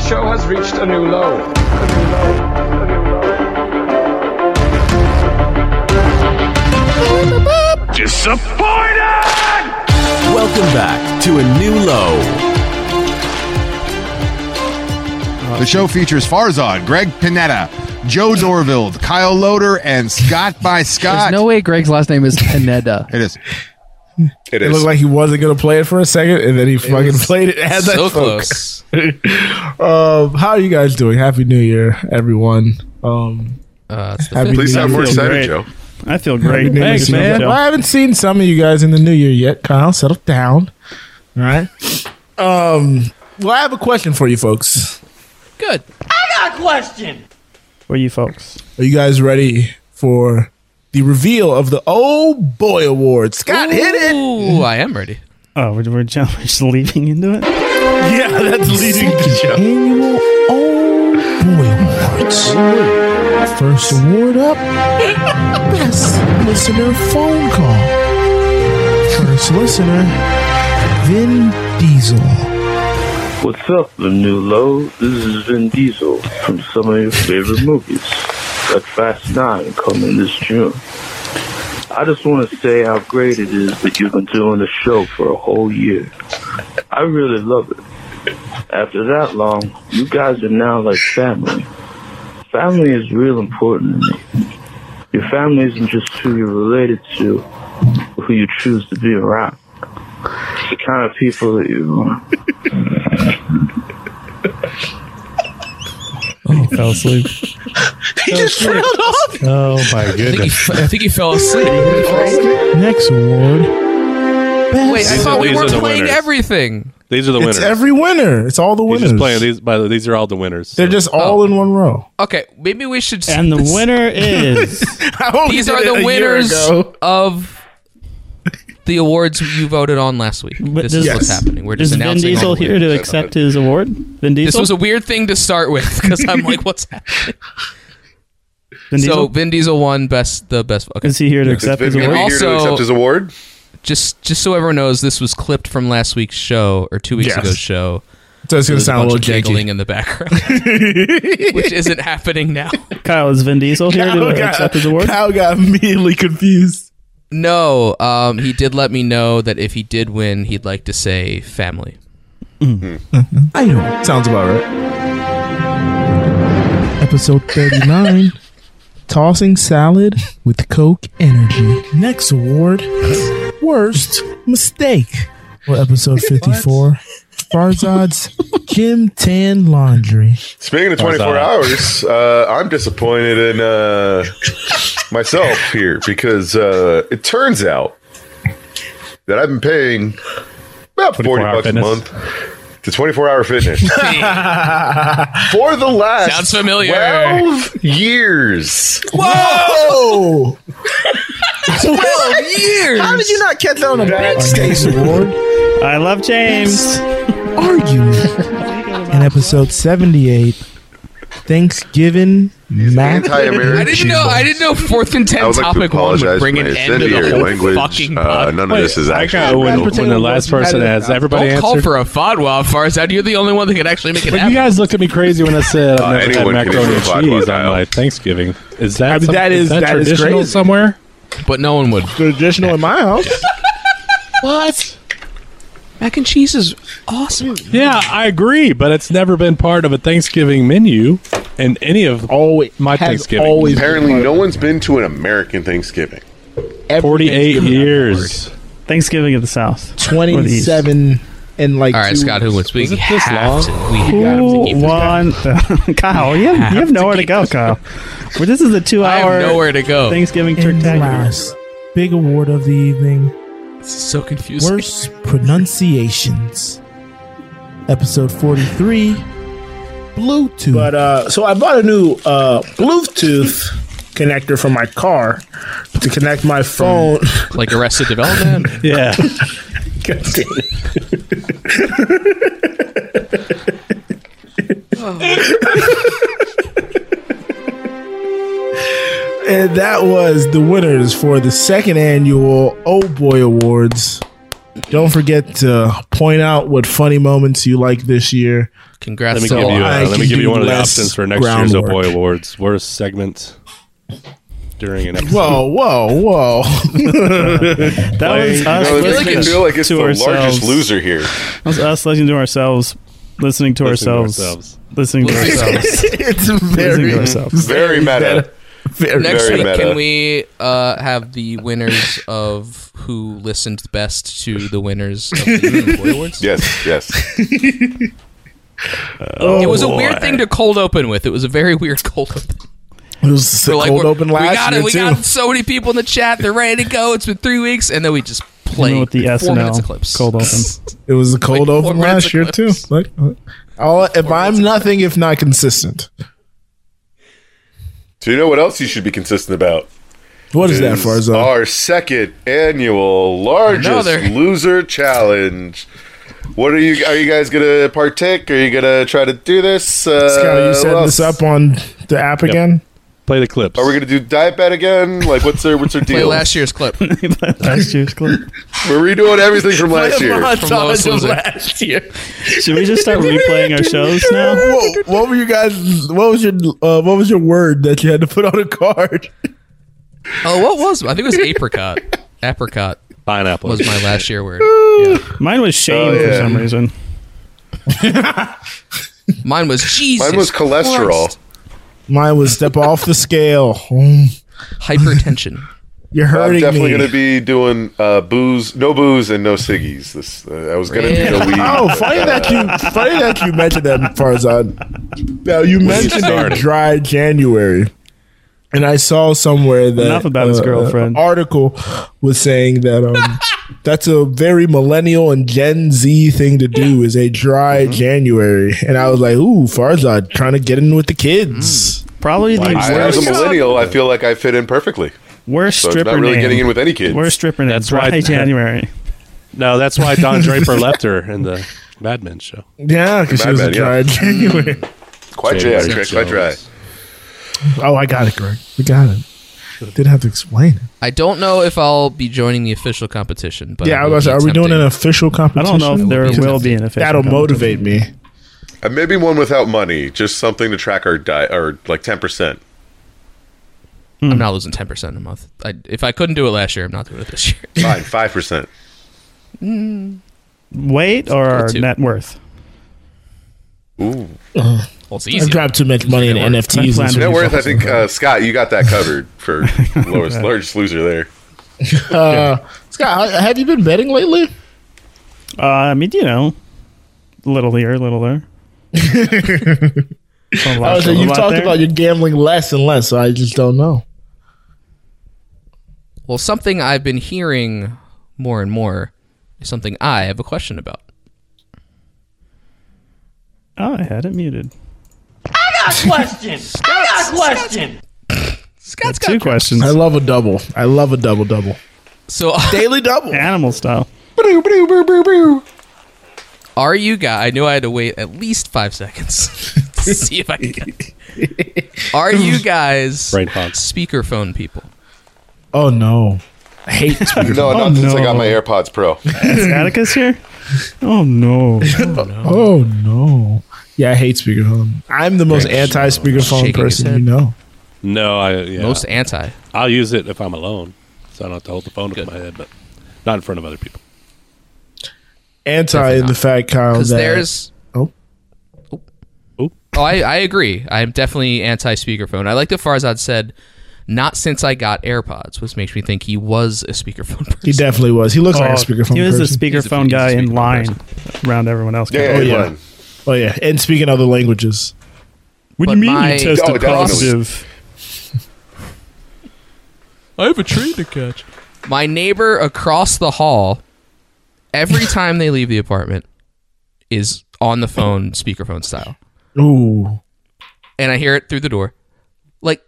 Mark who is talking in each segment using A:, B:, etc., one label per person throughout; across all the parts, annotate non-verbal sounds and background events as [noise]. A: show has reached a new low.
B: Disappointed!
C: Welcome back to a new low.
D: The show features Farzad, Greg Panetta, Joe Dorville, Kyle Loader, and Scott by
E: There's
D: Scott.
E: no way Greg's last name is Pineda.
D: it is.
B: It
F: It
B: is.
F: looked like he wasn't gonna play it for a second, and then he fucking
E: was
F: played it. and Had that
G: so
F: so
G: close.
F: [laughs] Um, how are you guys doing? Happy New Year, everyone. Um,
E: Uh, it's the
F: happy
E: fifth.
B: Please
F: New
B: have
F: Year.
B: more
H: Feels
B: excited,
H: great.
B: Joe.
H: I feel great.
F: Thanks, man. Well, I haven't seen some of you guys in the new year yet, Kyle. Settle down. All right. Um, well, I have a question for you folks.
E: good.
H: Where you folks?
F: Are you guys ready for the reveal of the Oh Boy Award? Scott hit it.
E: [laughs] Ooh, I am ready.
H: Oh, we're, we're, just, [laughs] we're just leaping into it.
F: Yeah, [laughs] that's leading the show. Annual Oh Boy Awards. First award up Best Listener Phone Call. First listener, Vin Diesel.
I: What's up, the new low? This is Vin Diesel from some of your favorite movies, like Fast Nine, coming this June. I just want to say how great it is that you've been doing the show for a whole year. I really love it. After that long, you guys are now like family. Family is real important to me. Your family isn't just who you're related to, but who you choose to be around. It's the kind of people that you
H: Fell asleep.
J: Oh
F: [laughs]
G: I
J: my
G: think, he,
J: goodness.
G: f- I think he fell asleep.
F: Next award.
E: Wait, I
B: These
E: thought
B: are-
E: we
B: these
E: were
B: are the
E: playing
B: winners.
E: everything.
B: These are the winners.
F: It's every winner. It's all the
B: He's
F: winners.
B: just playing these. By the way, these are all the winners.
F: They're just all in one row.
E: Okay, maybe we should.
H: And [laughs] the winner is
E: These are the winners of the awards you voted on last week.
H: But
E: this
H: does-
E: is what's
H: Yes.
E: happening. We're
H: is
E: just
H: Vin
E: announcing. all
H: Diesel
E: the winners.
H: here to accept his award? Vin Diesel.
E: This was a weird thing to start with because
H: [laughs]
E: I'm like, what's happening?
H: Vin Diesel?
E: So Vin Diesel won best the best. Okay,
H: is he here to accept his
B: Vin
H: award?
B: Diesel here to
E: Also-
B: accept his award.
E: just just so everyone knows, this was clipped from last week's show or two weeks
F: Yes.
E: ago's
F: So
E: show.
F: it's going to
E: There's a
F: sound a
E: bunch
F: little
E: of giggling
F: janky.
E: in the background, [laughs] which isn't happening now.
H: Kyle is Vin Diesel here to accept his award?
F: Kyle got immediately confused.
E: No, um, he did let me know that if he did win, he'd like to say family.
F: I know. Sounds about right. Episode 39 [laughs] Tossing Salad with Coke Energy. Next award Worst Mistake. Well, episode 54 Farzad's Gym Tan Laundry.
B: Speaking of 24 hours, uh, I'm disappointed in uh, myself here because uh, it turns out that I've been paying about 40
H: hour
B: bucks
H: fitness.
B: a month to 24 hour fitness [laughs] for the last
E: Sounds familiar.
B: 12 years.
F: [laughs] Whoa!
E: 12 years!
F: Oh! How did you not catch that on a bench station award?
H: I love James.
F: Argument. In episode 78 Thanksgiving Mac.
B: Anti-American.
E: I didn't know. I didn't know. Fourth and ten
B: I would like to
E: topic one
B: apologize
E: would
B: for
E: bring
B: my
E: an end to the
B: incendiary
E: whole
B: language.
E: fucking
B: Uh,
E: podcast.
B: none of this is
H: got
B: actually.
H: when,
B: real.
H: when the last person has everybody
E: Don't call
H: answered.
E: for a fatwa, Farzad. You're the only one that can actually make it
H: But you
E: happen.
H: guys looked at me crazy when I said
B: Uh,
H: I've never had
B: anyone can
H: macaroni and
B: eat a
H: cheese
B: fatwa,
H: on my Thanksgiving. Is that
F: I mean,
H: some-
F: that is- that is
H: traditional
F: crazy.
H: somewhere?
E: but no one would.
F: traditional in my house.
E: What? Mac and cheese is awesome.
H: Yeah, I agree, but it's never been part of a Thanksgiving menu in any of
F: Always
H: My Thanksgiving.
F: Always
B: Apparently, no one's been to an American Thanksgiving.
H: 48 years. Thanksgiving of the South.
F: twenty-seven and like.
E: All right,
F: two
E: Scott. Who wins? We
H: Was it this
E: have
H: long?
E: to. We have to keep
H: Who
E: this going.
H: won? [laughs] Kyle, you have, you have nowhere to go, Kyle. Well, this is a
E: I
H: two-hour
E: have nowhere to go.
H: Thanksgiving
F: And
H: turkey.
F: last big award of the evening:
E: This is so confusing.
F: worst pronunciations. Episode forty-three. Bluetooth. But uh, so I bought a new uh Bluetooth connector for my car to connect my phone.
E: Like Arrested Development.
H: Yeah.
F: And that was the winners for the second annual Oh Boy Awards. Don't forget to point out what funny moments you like this year.
E: [laughs] Congrats
K: Let me
E: to
K: give
E: all.
K: you.
L: I
K: Uh, let
L: can
K: me give
L: do
K: you one of the
L: less
K: options for next year's Oh
L: groundwork.
K: Boy Awards. Worst segment during an episode. [laughs]
F: Whoa, whoa, whoa.
H: That was us
B: No,
E: feel
B: it makes
E: like
B: me
E: it's-
B: feel like it's
H: to
B: the
H: ourselves.
B: largest loser here.
H: That was us listening to ourselves, listening to
K: Listening to
H: ourselves,
K: ourselves.
H: listening to
E: Listening to
H: ourselves,
F: [laughs] it's
H: listening to
F: very,
H: ourselves.
B: Very meta.
F: very
E: Next
B: Very
E: week,
B: meta.
E: can we uh, have the winners of who listened best to the winners of the
H: [laughs]
E: Boy Awards?
B: Yes, yes.
H: Oh,
E: it was a weird thing to cold open with. It was a very weird cold open.
F: It was the
E: We're like,
F: cold
E: we're-
F: open last
E: we got
F: year
E: it. We
F: too.
E: got so many people in the chat. They're ready to go. It's been three weeks, and then we just play
H: [laughs] Even with the
E: four minutes of
H: SNL
E: clips.
H: cold open.
F: It was the cold
E: Like,
F: open
E: four minutes
F: last year
E: ago.
F: too. Like, uh, all, if I'm nothing if not consistent.
B: Do you know what else you should be consistent about?
F: What is that for?
B: Our second annual largest
E: Another.
B: loser challenge. What are you? Are you guys gonna partake? Are you gonna try to do this? Uh,
L: Scott, you
B: what
L: set this
B: else?
L: up on the app again?
K: Play the clips.
B: Are we gonna do diet bet again? Like, what's their what's their
E: [laughs] Play
B: deal?
E: last year's
H: [laughs]
E: clip.
H: Last year's clip.
B: We're redoing everything from last year.
E: from Lois Loser.
F: last year.
H: Should we just start replaying our shows now?
F: What, what were you guys? What was your uh, What was your word that you had to put on a card?
E: Oh, what was? I think it was apricot. Apricot
K: Pineapple.
E: was my last year word.
H: Mine was shame
B: Oh,
H: for
B: yeah.
H: some reason.
E: Mine was Jesus.
B: Mine was cholesterol.
E: Christ.
L: Mine was step off the scale. Mm.
E: Hypertension.
L: You're
B: I'm
L: hurting
B: definitely
L: me.
B: gonna be doing uh, booze, no booze, and no ciggies. This uh, I was gonna do the weed.
F: Oh, funny that you funny that you mentioned that, Farzad. Now you mentioned a
K: started.
F: dry January, and I saw somewhere that
H: Enough about his
F: an
H: girlfriend.
F: article was saying that um, that's a very millennial and Gen Z thing to do is a dry January, and I was like, ooh, Farzad trying to get in with the kids.
H: Probably the
B: I, as a
H: worst,
B: millennial, I feel like I fit in perfectly.
H: worst
B: So it's
H: stripper
B: not really
H: name.
B: getting in with any kids.
H: worst stripper name.
K: That's
H: Dry
K: right.
H: January.
K: no, that's why
F: [laughs]
K: Don Draper left her in the Mad Men show.
F: Yeah, because she
B: Mad
F: was a
B: Men, yeah.
F: dry January. [laughs]
B: Quite dry,
K: January
B: Greg, quite dry.
K: shows.
F: Oh, I got it, Greg. We got it. Didn't have to explain it.
E: I don't know if I'll be joining the official competition, but
F: Yeah,
E: I
F: I
E: will
F: was.
E: be
F: Are we doing
E: attempting.
F: an official
H: I
F: competition?
H: don't know if there
E: be
H: will
E: interesting.
H: be an official.
F: That'll
H: competition.
F: motivate me.
B: Uh, Maybe one without money, just something to track our diet, or like ten percent.
F: Hmm.
E: I'm not losing 10 percent a month. I, if I couldn't do it last year, I'm not doing it this year. [laughs]
H: [laughs]
B: Fine, five percent.
H: Weight or our
E: Two.
H: net worth?
B: Ooh,
E: Well, it's
L: I've
E: easy.
L: dropped too much money in
E: Gonna work.
L: NFTs.
H: My plan
L: this
H: is-
B: net
L: week.
B: worth. I think uh, Scott, you got that covered
H: [laughs]
B: for lowest largest loser there.
L: Uh, Scott, ha- have you been betting lately?
H: Uh, I mean, you know, little here, little there. A lot-
L: I was like,
H: a
L: Oh, you've
H: lot
L: talked
H: there.
L: about your gambling less and less, so I just don't know.
E: Well, something I've been hearing more and more is something I have a question about.
H: Oh, I had it muted.
E: Scott's
H: Two
E: got
H: questions.
L: I love a double. I love a double double.
E: so [laughs]
L: Daily double.
H: Animal style.
E: are you guys? I knew I had to wait at least five seconds [laughs] to see if I could.
F: [laughs]
E: Get are you guys
K: Brain fog.
E: speakerphone people?
L: Oh no. I hate
H: [laughs]
B: No, not
H: Oh,
B: since I got my AirPods Pro.
H: Is Atticus here? Oh no!
L: Oh no. Yeah, I hate speakerphone. I'm the most anti speakerphone
E: shaking his
L: person
E: head.
L: you know.
K: No, I yeah.
E: Most anti.
K: I'll use it if I'm alone, so I don't have to hold the phone up to my head, but not in front of other people.
F: Anti in the fact, Kyle.
E: because
F: that-
E: there's
F: Oh.
K: Oh.
E: oh I, I agree i'm definitely anti-speakerphone i like that farzad said not since i got airpods which makes me think he was a speakerphone [laughs] person
F: He definitely was. He looks like a speakerphone
H: Oh, he was
F: person.
H: the
E: He's a-
H: speakerphone
E: he's a
H: guy in
E: speakerphone
H: line around everyone else.
B: Yeah,
H: Going,
B: yeah,
F: yeah.
B: fine.
F: oh yeah, and speaking other languages.
H: What do
E: But
H: you mean
E: my-
H: you tested
B: Oh, definitely.
H: positive?
E: i have a train to catch my neighbor across the hall
F: [laughs]
E: every time they leave the apartment is on the phone speakerphone style
F: Ooh,
E: and i hear it through the door like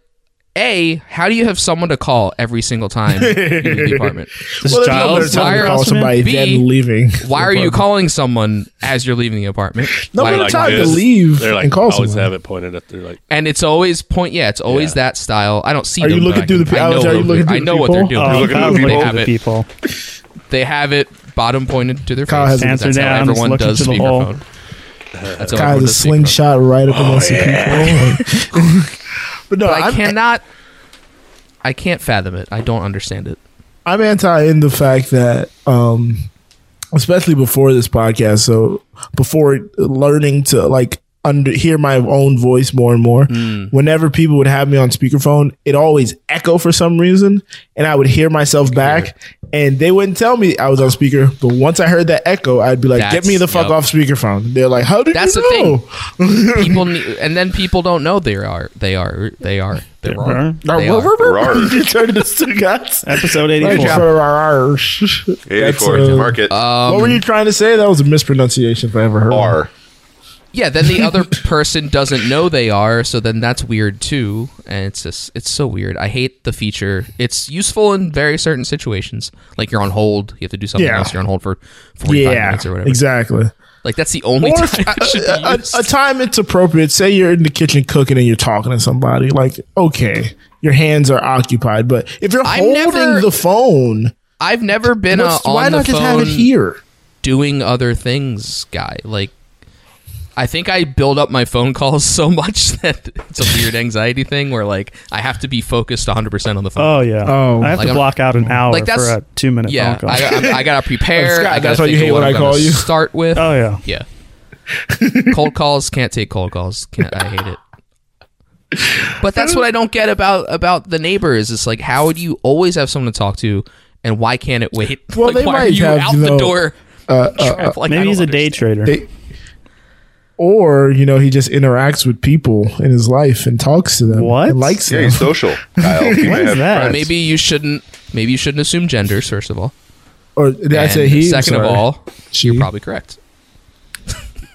E: a how do you have someone to call every single time you leave
F: [laughs]
E: the apartment
H: This
F: Well, there's no
H: child
F: better time
E: wire
F: to call
E: also,
F: somebody
E: B,
F: then leaving.
E: why are you calling someone as you're leaving the apartment
F: No
E: Why-
F: better
K: Like
F: time to
K: this.
F: leave
K: They're like
F: and call
K: always
F: someone.
K: have it pointed at. They're like,
E: And it's always point. Yeah, it's always
K: Yeah.
E: that style. I don't see.
F: Are you
E: them, but
F: looking
E: I
F: through
E: can-
F: the pe-
E: I know,
F: Alex, are you
E: what
F: looking
E: they're- I
F: through
E: know
F: the
E: what they're
F: people?
E: doing.
H: Oh,
B: looking at
H: Kyle's
B: the
H: looking
E: people.
H: at the people.
E: They have it bottom pointed to their
F: Kyle
E: face.
F: has
E: because
H: his
E: that's
H: hands
E: how
H: down, he's
E: everyone
H: looking
E: does
H: to the wall.
E: speakerphone. That's how I
F: Guys,
E: put
F: a
E: this thing.
F: slingshot right up against the people. [laughs]
E: But no, I cannot. I can't fathom it. I don't understand it.
F: I'm anti in the fact that, um, especially before this podcast, so before learning to like under hear my own voice more and more,
E: Mm.
F: whenever people would have me on speakerphone, it always echo for some reason, and I would hear myself back, and they wouldn't tell me I was on speaker. But once I heard that echo, I'd be like, "Get
E: That's-
F: me the fuck
E: yep.
F: off speakerphone." They're like, "How did
E: That's
F: you
E: the
F: know?"
E: thing. people need, and then people don't know they are. They are. They are. They are. They
F: [laughs]
E: are.
F: you turned us to guts.
H: Episode
F: Eighty-four.
H: uh,
B: mark it.
F: what
E: Um,
F: were you trying to say? That was a mispronunciation if I ever heard. one.
E: Yeah. Then the
F: [laughs]
E: other person doesn't know they are. So then that's weird too. And it's just it's so weird. I hate the feature. It's useful in very certain situations. Like you're on hold. You have to do something
F: Yeah.
E: else. You're on hold for forty five
F: Yeah,
E: minutes or whatever.
F: exactly.
E: Like that's the only
F: Or
E: [laughs] time. it should be
F: a, a-
E: used.
F: a time it's appropriate. Say you're in the kitchen cooking and you're talking to somebody. Like, okay, your hands are occupied, but if you're
E: I'm
F: holding
E: never-
F: the phone,
E: I've never been uh,
F: what's-
E: on
F: why
E: the
F: not
E: phone
F: just have it here?
E: doing other things, guy. Like, I think I build up my phone calls [laughs] so much that it's a weird anxiety thing where like I have to be focused 100 percent on the phone.
H: Oh yeah.
F: Oh.
H: I have
E: Like,
H: to
E: I'm-
H: block out an hour
E: like, that's-
H: for a two minute
E: Yeah,
H: phone call.
E: I, I,
F: [laughs]
E: I gotta prepare.
F: Scott,
E: I gotta
F: that's why you
E: think of
F: hate
E: what
F: when
E: I'm
F: I call
E: gonna
F: you? Uh.
E: Start with.
H: oh yeah.
F: [laughs]
E: yeah. cold calls can't take cold calls. Can't, I hate it. But that's what I don't get about about the neighbors. It's like how do you always have someone to talk to, and why can't it wait?
F: Well,
E: like,
F: they
E: why are
F: might
E: you
F: have, uh,
E: out
F: you know,
E: the door. Trav, like, I
H: Maybe
E: don't
H: he's a day
E: understand.
H: trader.
F: They- or you know, he just interacts with people in his life and talks to them.
H: What?
F: and likes
B: Yeah,
F: them.
B: he's social. Kyle. He
H: [laughs] What
B: might
H: is
B: have
H: that?
B: friends.
E: Maybe you shouldn't. Maybe you shouldn't assume genders. First of all,
F: Or did I say
E: And
F: he? I'm
E: Second of
F: sorry.
E: all,
F: She?
E: you're probably correct.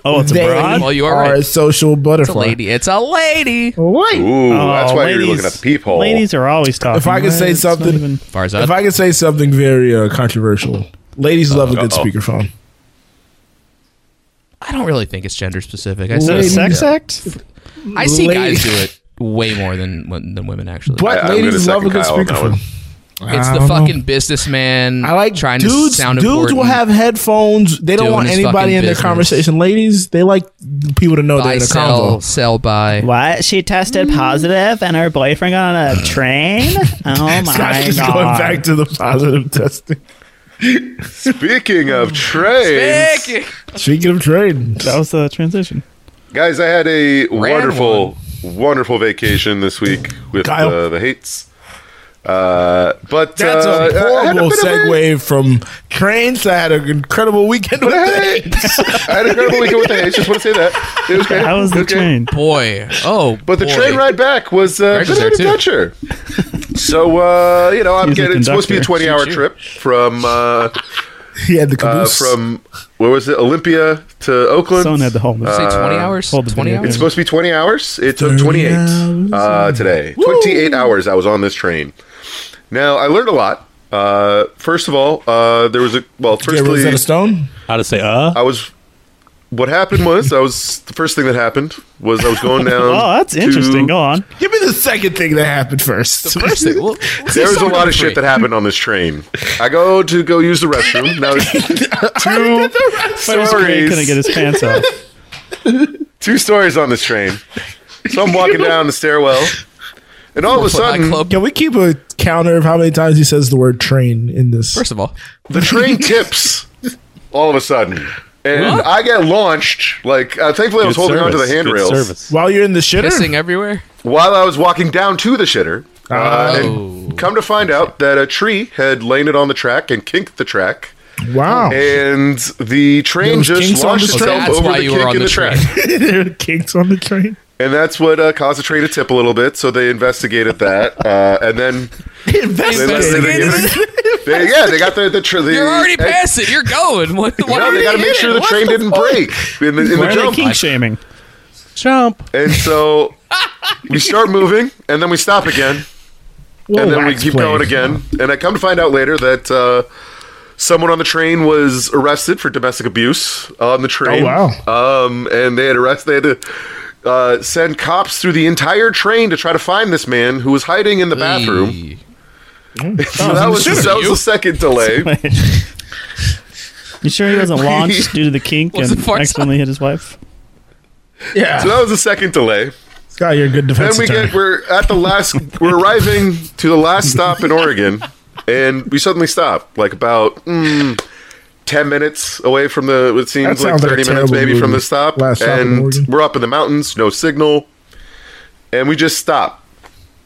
H: oh, it's a
F: They
H: broad.
E: Well, you are
F: are
E: right.
F: a social
E: It's a
F: butterfly.
E: lady. It's a lady.
F: Wait.
B: Ooh,
H: Oh,
B: that's why
H: ladies-
B: you're looking at the peephole.
H: Ladies are always talking.
F: If I could
H: right?
F: say
H: It's not
F: something-
H: even-
E: Farzad.
F: If I could say something very uh, controversial, ladies love a good speakerphone.
E: I don't really think it's gender specific. I
H: Is
E: see,
H: it a sex act?
E: I see
F: lady.
E: guys do it way more than than women actually.
F: But
B: I'm gonna
F: ladies love a
B: second
F: good
B: Kyle on that
F: speakerphone.
B: one.
E: it's
F: I
E: the
F: don't know.
E: fucking businessman.
F: I like
E: trying
F: dudes.
E: to sound
F: dudes
E: important.
F: will have headphones. They don't
E: Doing
F: want
E: his
F: anybody
E: fucking
F: in their
E: business.
F: conversation. Ladies, they like people to know they're
E: buy
F: in a
E: sell
F: convo.
E: sell by.
H: What? She tested positive and her boyfriend got on
B: [sighs]
H: a train?
B: [laughs]
F: [laughs]
H: Oh
F: Gosh,
H: my
F: just going back
H: god.
F: to the positive [laughs] testing.
B: [laughs] Speaking of trains,
F: Speaking of trade,
H: That was the transition.
B: guys, I had a wonderful,
E: one.
B: wonderful vacation this week with
F: Kyle.
B: uh, the hates. Uh, but
F: that's a
B: uh, I had a
F: horrible
B: bit of a-
F: segue from trains. I had an incredible weekend with
B: But
H: [laughs]
F: that.
B: hey, I had an incredible weekend with the hates. Just want to say that it was great.
H: That was
B: It
H: the
B: great.
H: train.
E: boy. Oh,
B: But the
E: boy.
B: train ride back was uh,
E: Greg
B: good
E: was
B: of an
E: there,
B: adventure. so uh, you know, I'm
H: He's the
B: getting it's supposed to be a
H: conductor.
B: 20 hour trip from uh,
F: He had the
B: uh,
F: caboose.
B: from where was it Olympia to Oakland.
H: Someone had to hold
E: Say
H: this.
E: twenty hours.
H: hold the
E: Twenty
H: video.
E: hours.
B: Uh, It's supposed to be 20 hours. It took 28 uh, today. 28 hours I was on this train. Now, I learned a lot. Uh, first of all, uh, there was a, well,
F: yeah,
B: firstly,
F: Rosetta Stone.
K: How to say uh?
B: I was, what happened was, I was, the first thing that happened was I was
H: [laughs]
B: going down.
H: Oh, that's
B: to-
H: interesting. Go on.
F: Give me the second thing that happened first.
E: [laughs] First thing,
B: [laughs]
E: well,
B: There was a lot of shit that happened on this train. I go to go use the
H: [laughs]
B: restroom. Now, two
H: He couldn't get
B: stories,
H: his pants off.
B: two stories on this train. So
H: [laughs]
B: I'm walking down the stairwell, and all of a sudden,
F: [laughs]
E: club.
F: Can we keep a counter of how many times he says the word train in this?
E: First of all, [laughs]
B: the train tips all of a sudden. And I get launched. Like, uh, thankfully, I was holding onto the handrails
F: While you're in the shitter,
E: pissing everywhere.
B: while I was walking down to the shitter. Uh,
E: Oh.
B: and come to find out that a tree had landed on the track and kinked the track.
E: Oh.
F: Wow.
B: And the train
F: Those
B: just
F: kinks on
B: launched
F: the
B: itself
F: train?
E: That's
B: over
E: why
B: the
E: you were
B: kink
E: on
B: in the,
E: the
B: track.
F: [laughs] there were kinks on the train.
B: and that's what uh, caused the train to tip a little bit. So they investigated that. Uh, and then.
E: [laughs]
B: They
E: Investigated
B: they, yeah, they got the. the, tra- the [laughs]
E: You're already
B: and-
E: past it. You're going. What? Why
B: No,
E: are
B: they
E: you
B: got to make sure the
E: hitting?
B: train
E: What
B: didn't break in the, [laughs] in
H: Why
B: the
H: are they
B: jump.
H: kink shaming?
K: Jump.
B: And so we start moving, and then we stop again, and then we keep going again. And I come to find out later that uh, someone on the train was arrested for domestic abuse on the train.
F: Oh,
B: wow! Um, and they had arrest. They had to uh, send cops through the entire train to try to find this man who was hiding in the [laughs] bathroom.
E: Eee.
B: So that was that was the
H: [laughs]
B: second delay.
H: [laughs] You sure he wasn't launched due to the kink
E: Was
H: and
E: it far
H: accidentally hit his wife?
B: Yeah. So that was the second delay.
L: Scott, you're a good
B: Then
L: defense
B: we
L: attorney.
B: get we're at the last we're arriving to the last stop in Oregon, and we suddenly stop like about mm, ten minutes away from the it
L: That
B: seems like
L: sounds like a
B: thirty minutes
L: terrible
B: maybe from
L: movie.
B: the stop,
L: Last Stop in
B: and
L: Oregon.
B: we're up in the mountains, no signal, and we just stop.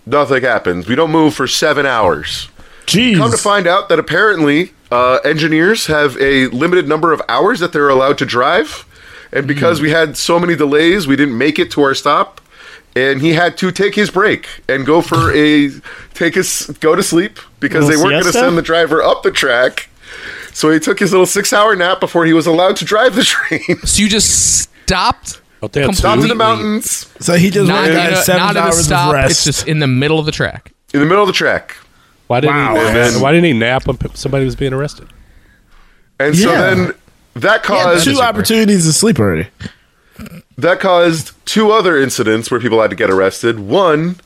B: Nothing happens. We don't move for seven hours.
L: Jeez.
B: Come to find out that apparently uh, engineers have a limited number of hours that they're allowed to drive. And because we had so many delays, we didn't make it to our stop. And he had to take his break and go for a take his go to sleep because they
H: Little
B: weren't going to
H: siesta?
B: send the driver up the track. So he took his little six hour nap before he was allowed to drive the [laughs] train.
E: So you just stopped.
K: there, too.
B: Stopped in the
E: completely.
B: mountains
F: So he just
E: Not,
F: went and
E: at
F: got
E: a,
F: seven
E: not at a
F: hours
E: stop.
F: of
E: It's
F: rest.
E: just in the middle of the track.
B: in the middle of the track.
K: Why didn't
L: Wow.
K: he?
B: And then-
K: why didn't he nap when p- somebody was being arrested?
B: And so
F: Yeah.
B: then that caused
F: two opportunities to sleep already.
B: That caused two other incidents where people had to get arrested. One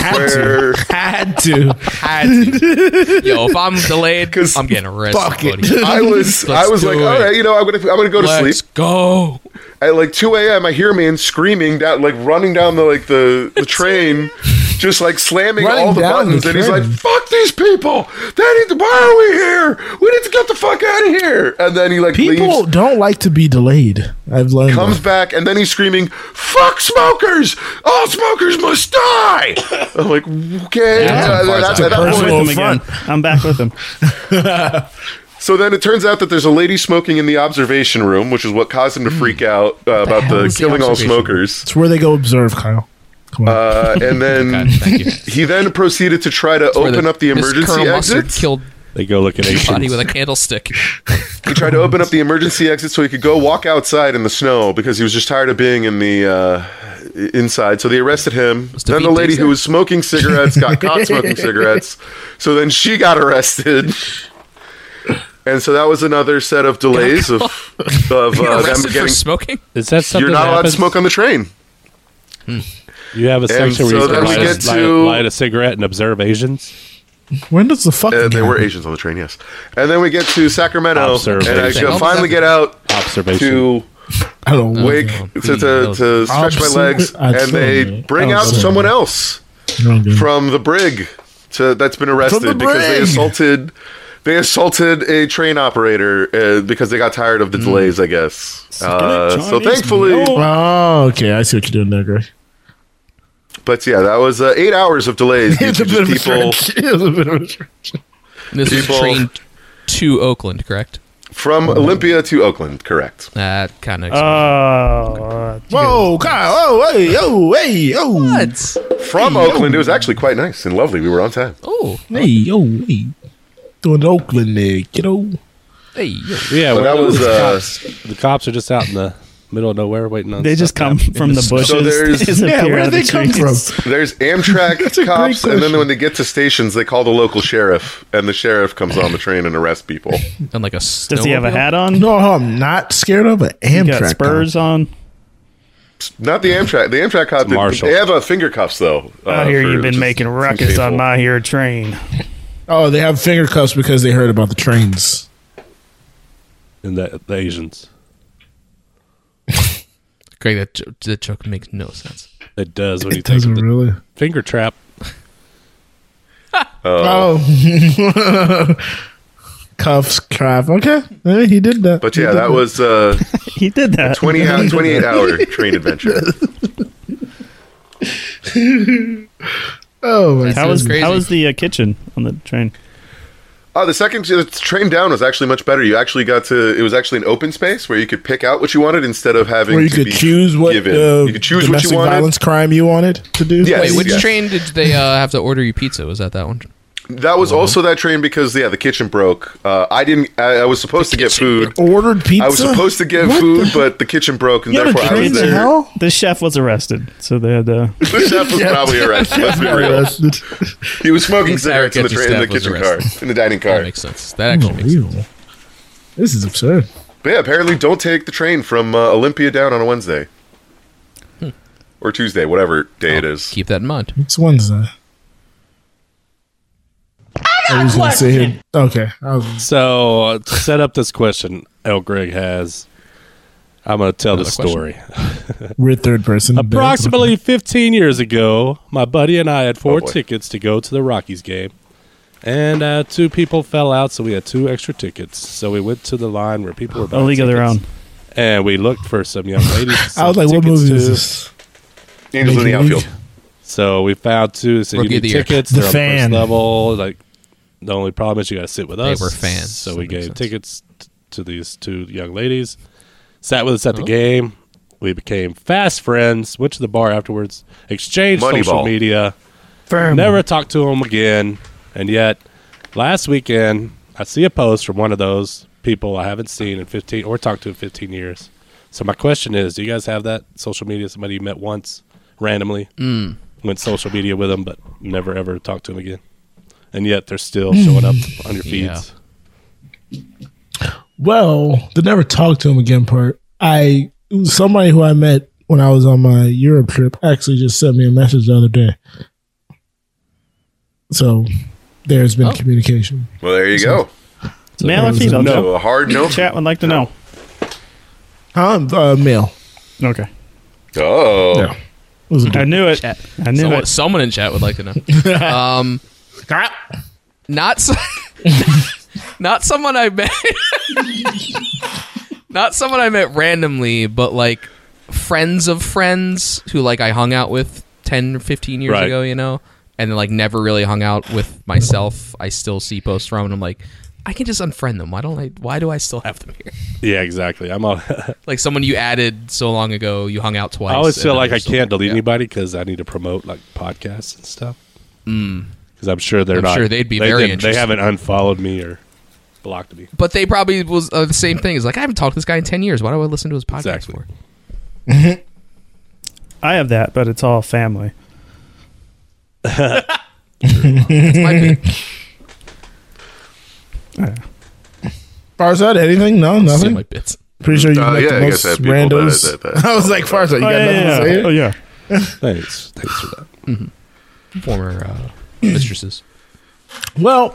B: where
F: Had to.
E: I had to-
B: [laughs]
E: Yo, if I'm delayed,
B: 'Cause
E: I'm getting arrested.
F: fuck it.
E: buddy.
B: I was I
E: Let's
B: was
E: do
B: like,
E: it.
B: all right, you know, I'm gonna I'm gonna go to
E: Let's
B: sleep.
E: go.
B: At like 2 a.m., I hear a man screaming down, like running down the like the
F: [laughs]
B: the train, just like slamming
F: Running
B: all the
F: down
B: buttons,
F: the
B: and he's like,
F: train.
B: "Fuck these people! They need to, why are we here? We need to get the fuck out of here!" And then he like
F: People
B: leaves.
F: don't like to be delayed. I've learned.
B: Comes
F: that.
B: back and then he's screaming, "Fuck smokers! All smokers
F: [laughs]
B: must die!" I'm like, "Okay."
E: Yeah, that's
B: Uh,
E: unfortunate.
B: that's- at that
H: I'm
B: point-
H: with him again. I'm back with him.
B: So then it turns out that there's a lady smoking in the observation room, which is what caused him to freak out uh, about
E: hell
B: the
E: is Hmm. the
B: killing all
E: observation? [laughs]
B: smokers.
F: It's where they go observe, Kyle. Come on.
B: Uh, and then
E: God, thank you.
B: he then proceeded to try to
E: Where
B: [laughs] open up the
E: Miss
B: emergency
E: Colonel Mustard
B: exits.
E: Killed
K: They go look at
E: body
K: Asians.
E: with a candlestick.
B: He tried to open up the emergency exit so he could go walk outside in the snow because he was just tired of being in the uh, i- inside. So they arrested him.
E: the
B: Then the
E: beat
B: lady
E: taste
B: who
E: it?
B: was smoking cigarettes got caught
E: [laughs]
B: smoking cigarettes. So then she got arrested. And so that was another set of delays of of uh, them
E: arrested for
B: getting
E: smoking.
K: Is that something
B: You're not
K: that
B: allowed to
K: happens?
B: smoke on the train.
K: You have a section where you
B: so then
K: can
B: we
K: light,
B: get
K: a, light, a-
B: to-
K: light a cigarette and observe Asians.
F: when does the fucking
B: Uh, there
F: guy-
B: were Asians on the train, yes. And then we get to Sacramento,
K: Observation.
B: and I
E: Observation.
B: go finally get out
K: Observation.
B: to
F: I don't know.
B: wake
E: no.
B: to, to, to stretch my
F: Oh, Observe-
B: legs, and they
F: observation.
B: bring out
F: Observation.
B: someone else from the brig to, that's been arrested because they
F: brig!
B: assaulted they assaulted a train operator uh, because they got tired of
F: Hmm.
B: the delays, I guess. Uh, so
H: Chinese
B: thankfully,
F: Oh, okay. I see what you're doing there,
B: [laughs]
F: Greg.
B: but yeah, that was uh, eight hours
F: [laughs]
B: of delays. due
F: It's
B: to
F: a bit of a
B: just people.
F: stretch. [laughs] It's a bit of a stretch.
E: This is
B: People-
E: train to Oakland, correct?
B: From Olympia to Oakland, correct.
E: That kind of.
H: Uh, Oh,
F: Whoa, Kyle. Oh, hey, oh, hey, oh.
E: what?
B: From Oakland, it was actually quite nice and lovely. We were on time.
E: Oh,
F: Hey, oh, hey. Doing Oakland there, kiddo.
E: hey, yo.
K: Yeah,
B: So
K: well,
B: that was,
K: the,
B: uh,
K: cops, the cops are just out in the middle of nowhere waiting on.
H: they just
K: stuff.
H: come from the bushes. [laughs]
B: there's-
H: They just appear out of the trees.
F: uh,
B: There's Amtrak cops, and then when they get to stations, they call the local sheriff, and the sheriff comes on the train and arrests people.
E: and like a.
H: Does he have a hat
F: [laughs]
H: on?
F: No, I'm not scared of an
H: He got
F: Amtrak.
H: spurs on.
B: Not the Amtrak. The Amtrak cop. Did,
K: Marshal.
B: they have uh, finger cuffs though. Uh,
H: Out here,
B: for
H: you've been
B: just
H: making ruckus
B: people.
H: on my here
F: [laughs]
H: train.
F: Oh, they have finger cuffs because they heard about the trains.
K: and the, the Asians.
E: Greg, that, jo- that joke makes no sense.
K: It does when you
F: It
K: take
F: doesn't
K: the
F: really.
K: finger trap.
F: Oh. [laughs] Cuffs, crap. Okay. Eh, he did that.
B: But
F: He
B: yeah,
F: did
B: that was uh,
H: He did that.
B: 20 hour, 28
H: [laughs]
B: hour train adventure.
F: Oh, my
H: How was
E: That's crazy.
H: how was the uh, kitchen on the train?
B: Oh, the second the train down was actually much better. You actually got to. It was actually an open space where you could pick out what you wanted instead of having.
F: Where you
B: to
F: could
B: be
F: choose what
B: given.
F: uh,
B: you could choose what
F: domestic
B: you wanted.
F: violence crime you wanted to do.
B: Yes.
E: Wait, which
B: Yeah.
E: train did they uh, have to order you pizza? Was that that one?
B: That
E: Mm-hmm.
B: was also that train because yeah, the kitchen broke. Uh, I didn't. I, I was supposed to get food.
F: Ordered Oh, pizza.
B: I was supposed to get
F: What
B: food, [laughs] but the kitchen broke, and
F: You had a
B: therefore I
F: train
B: was there.
F: to
B: [laughs]
F: hell?
H: The chef was arrested, so they had uh, to.
B: The chef was probably arrested. Let's be
F: the-
B: real.
F: Arrested.
B: He was smoking
E: Entire
B: cigarettes in the
E: kitchen
B: train, in the
E: staff was
B: kitchen car,
E: arrested.
B: in the dining
E: That
B: car.
E: makes sense. That actually makes sense.
F: Unbelievable. Oh, This is absurd.
B: But yeah, apparently, don't take the train from uh, Olympia down on a Wednesday or Tuesday, whatever day it is.
E: Hmm. Keep that in mind.
F: It's Wednesday. I was gonna sit here. Okay. I was,
K: So uh, to set up this question El Greg has. I'm going to tell the
L: Another question?
K: story.
F: We're third person.
K: Approximately 15 years ago, my buddy and I had four tickets to go to the Rockies game. And uh, two people fell out, so we had two extra tickets. So we went to the line where people were buying
H: league of their
K: tickets. And we looked for some young
F: [laughs]
K: ladies. to
F: I
K: sell
F: was like, what
K: tickets
F: movie is
K: to.
F: this?
B: Angels in the
F: Major
B: outfield.
K: So we found two. So you
E: Rookie of
K: need
E: the year.
K: tickets.
F: The
K: they're on
F: fan.
K: first level. Like the only problem is you got to sit with
E: They
K: us.
E: were fans,
K: So
E: that
K: we
E: makes
K: gave
E: sense.
K: tickets t- to these two young ladies. Sat with us
E: Oh.
K: at the game. We became fast friends. Went to the bar afterwards. Exchanged social
B: Moneyball.
K: media.
H: Firm.
K: Never talked to them again. And yet, last weekend, I see a post from one of those people I haven't seen in 15 or talked to in 15 years. So my question is, do you guys have that social media? Somebody you met once randomly,
E: Mm.
K: went social media with them, but never ever talked to them again, and yet they're still showing
E: [laughs]
K: up on your feeds.
F: Well, the never talk to him again part. I somebody who I met when I was on my Europe trip actually just sent me a message the other day. So there's
B: Oh.
F: been communication.
B: Well, there you
E: [laughs]
B: go.
H: Male or female?
B: So
H: Joe?
B: a hard no.
H: Chat would like to know.
F: I'm uh, male.
H: Okay.
B: Oh,
F: Yeah. It was a
H: I
F: dude.
H: knew it.
E: Chat.
H: I knew
E: Someone,
H: it.
E: someone in chat would like to
K: [laughs]
E: know. um, not so, [laughs] not someone I met. [laughs] not someone I met randomly, but like friends of friends who like I hung out with 10 or 15 years
K: Right.
E: ago, you know, and then like never really hung out with myself. I still see posts from and I'm like, I can just unfriend them. Why don't I why do I still have them here?
K: Yeah, exactly. I'm. All, [laughs]
E: Like someone you added so long ago, you hung out twice.
K: I always
E: and
K: feel
E: then
K: like
E: they're
K: I
E: still-
K: can't delete
E: yeah.
K: anybody because I need to promote like podcasts and stuff. Because I'm sure they're
E: Mm. I'm
K: not.
E: sure they'd be very
K: didn't- They
E: interested.
K: haven't unfollowed me or blocked me.
E: But they probably was uh, the same thing. It's like I haven't talked to this guy in ten years. Why do I listen to his podcast
K: Exactly.
E: for?
H: I have that, but it's all family.
E: It's my
F: [laughs]
E: big-
F: Farzad, anything? No,
E: it's
F: nothing.
E: my bits.
F: Pretty sure you
B: Uh,
F: met
B: yeah,
F: the
B: I
F: most
B: guess I had people that-
F: randos.
B: that-
F: [laughs]
B: that-
F: I was like, Farzad, you
H: Oh,
F: got
H: yeah,
F: nothing
H: yeah,
F: to say?
H: yeah. Oh, yeah.
K: Thanks. Thanks for that.
E: Former uh,
F: [clears throat]
E: mistresses.
F: Well, um,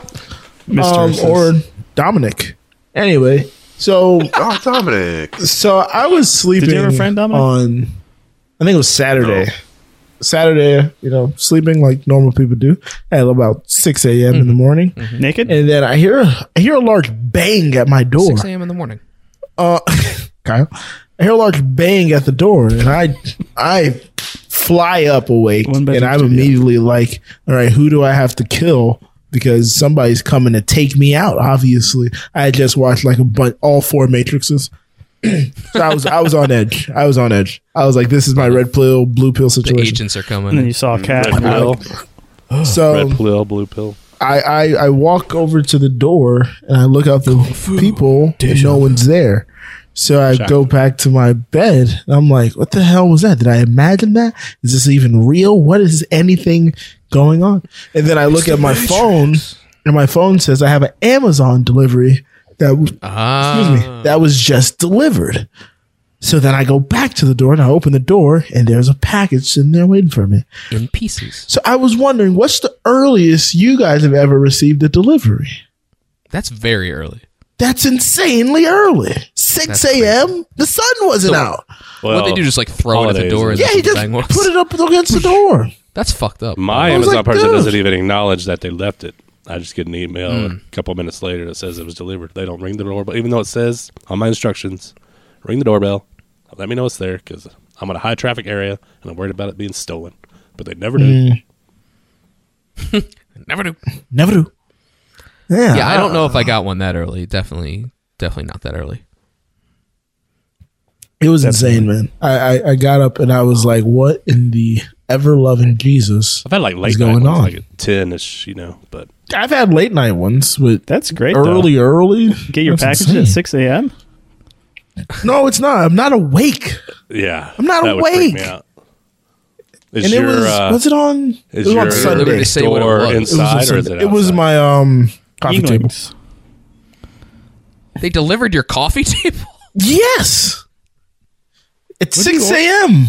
H: Mistresses.
F: or Dominic. Anyway, so
B: oh, Dominic.
F: so I was sleeping.
H: Did you have a friend, Dominic? Oh.
F: On, I think it was Saturday. Saturday, you know, sleeping like normal people do at about six a.m.
H: Mm-hmm.
F: in the morning,
H: Naked?
F: and then I hear I hear a large bang at my door.
E: Six a.m. in the morning.
F: Uh, [laughs] Kyle, I hear a large bang at the door, and I I fly up awake,
H: One bedroom
F: and I'm
H: studio.
F: immediately like, all right, who do I have to kill? Because somebody's coming to take me out. Obviously, I had just watched like a bunch, all four matrices. [clears throat] so I was I was on edge. I was on edge. I was like, this is my red pill, blue pill
E: The
F: situation.
E: agents are
F: Mm.
H: and then
E: coming.
H: you saw a cat.
K: Red pill,
F: So Um,
K: red pill, blue pill.
F: I, I I walk over to the door and I look out the people and no one's there. So I go back to my bed. And I'm like, what the hell was that? Did I imagine that? Is this even real? What is anything going on? And then I look at my phone and my phone says I have an Amazon delivery that was-
E: Ah,
F: excuse me, that was just delivered. So then I go back to the door and I open the door and there's a package sitting there waiting for me.
E: in pieces.
F: So I was wondering, what's the earliest you guys have ever received a delivery?
E: That's very early.
F: That's insanely early. 6
E: That's
F: a.m. The sun wasn't
E: So-
F: out.
K: Well,
E: what they do just like throw it at the
K: holidays
E: door.
K: is-
E: And
F: Yeah,
E: that's
F: he
E: what the
F: just
E: bang was.
F: put it up against the door.
E: That's fucked up.
K: My
F: I was
K: Amazon
F: like,
K: person
F: dude.
K: doesn't even acknowledge that they left it. I just get an email
F: Hmm.
K: a couple minutes later that says it was delivered. They don't ring the doorbell, even though it says on my instructions, ring the doorbell. Let me know it's there because I'm in a high traffic area and I'm worried about it being stolen. But they never do.
F: Hmm.
E: Never do.
F: Never do. Yeah.
E: Yeah, I don't know if
F: Ah.
E: I got one that early. Definitely, definitely not that early.
F: It was insane, man. I, I, I got up and I was like, what in the ever loving Jesus?
K: I've had like late
F: What's
K: night
F: going
K: ones,
F: on?
K: like at ten ish, you know. But
F: I've had late night ones with
H: That's great.
F: early, early.
H: Though. Get your
F: That's
H: package at
F: insane.
H: 6 a.m.
F: No, it's not. I'm not awake.
K: yeah,
F: I'm not
K: that would freak me
F: awake.
K: out. Is
F: and
K: your
F: it was,
K: uh,
F: was it on? It
K: is
F: was on
K: your
F: Sunday.
E: Liberty Say what it
K: door
E: was. It was on
F: It was,
K: inside
F: on
K: or is
F: Sunday.
K: it?
F: it was
K: outside?
F: my um coffee table.
H: Yinglings.
E: They delivered your coffee [laughs] table
F: Yes. It's 6 a.m.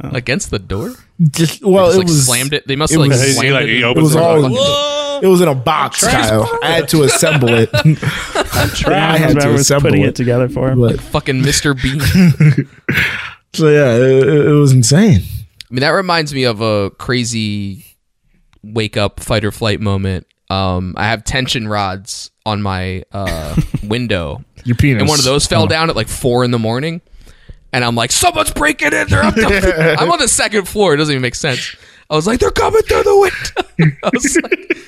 E: against the door.
F: Just well,
E: Just,
F: it
E: like
F: was
E: slammed it. They must
F: Oh. it
E: have like
F: was-
E: slammed
K: Like,
E: it.
K: he
E: in-
K: opens
F: It was
K: the door,
F: all
K: like,
F: in-
K: "Whoa!"
F: It was in a box, Kyle. I had to assemble
E: [laughs]
F: it. I had to
H: was
F: assemble
H: putting it
F: it.
H: together for him.
F: But
E: Fucking Mr. Bean.
F: [laughs] so yeah, it, it- it was insane.
E: I mean, that reminds me of a crazy wake up fight or flight moment. Um, I have tension rods on my uh, window,
F: Your penis.
E: and one of those fell down at like four in the morning. And I'm like, someone's breaking in. They're up. To- I'm on the second floor. It doesn't even make sense. I was like, they're coming through the window. [laughs] I was like,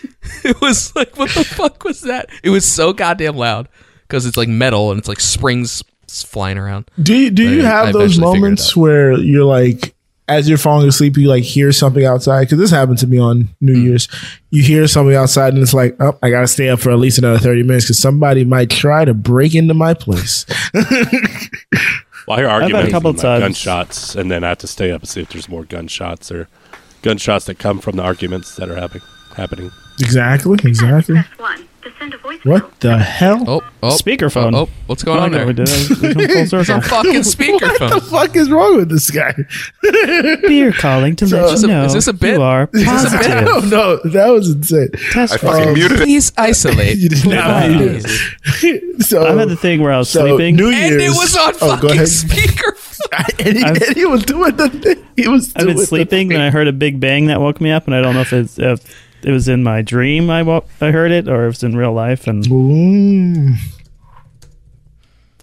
E: it was like, what the fuck was that? It was so goddamn loud because it's like metal and it's like springs flying around.
F: Do you, do you
E: I-
F: have
E: I
F: those
E: eventually figured it
F: moments
E: out.
F: where you're like, as you're falling asleep, you like hear something outside? Because this happened to me on New
E: Hmm.
F: Year's. You hear something outside, and it's like, oh, I gotta stay up for at least another thirty minutes because somebody might try to break into my place.
K: Well, I hear
H: had a
K: arguments,
H: couple
K: and, like,
H: times.
K: gunshots, and then I have to stay up and see if there's more gunshots or gunshots that come from the arguments that are happening. Happening.
F: Exactly, exactly. What the hell?
E: Oh, oh,
H: Speakerphone.
E: Oh, oh, what's going
H: I
E: on
H: like how
E: there?
H: we did that. We come full
E: It's a [laughs]
H: circle.
E: fucking speakerphone.
F: fuck is wrong with this guy?
H: Beer calling to let
E: is
H: you
E: this a-
H: know
E: is this a bit?
H: you are
E: this
F: [laughs]
E: a bit?
H: positive.
F: Oh no, that was insane.
H: Test
B: I fucking
H: results.
B: muted it.
E: Please isolate.
F: [laughs] You did not
H: Wow.
F: need it. [laughs] So
H: I'm at the thing where I was
F: so
H: sleeping.
F: New Year's.
E: and it was on
F: Oh, go
E: fucking
F: ahead. [laughs]
E: speakerphone.
F: and, he,
H: I've-
F: and he was doing the thing. He was.
H: I've
F: doing
H: been
F: the
H: sleeping, then I heard a big bang that woke me up, and I don't know if, it's, if it was in my dream I woke, I heard it or if it's in real life. And
F: thing.
E: [laughs]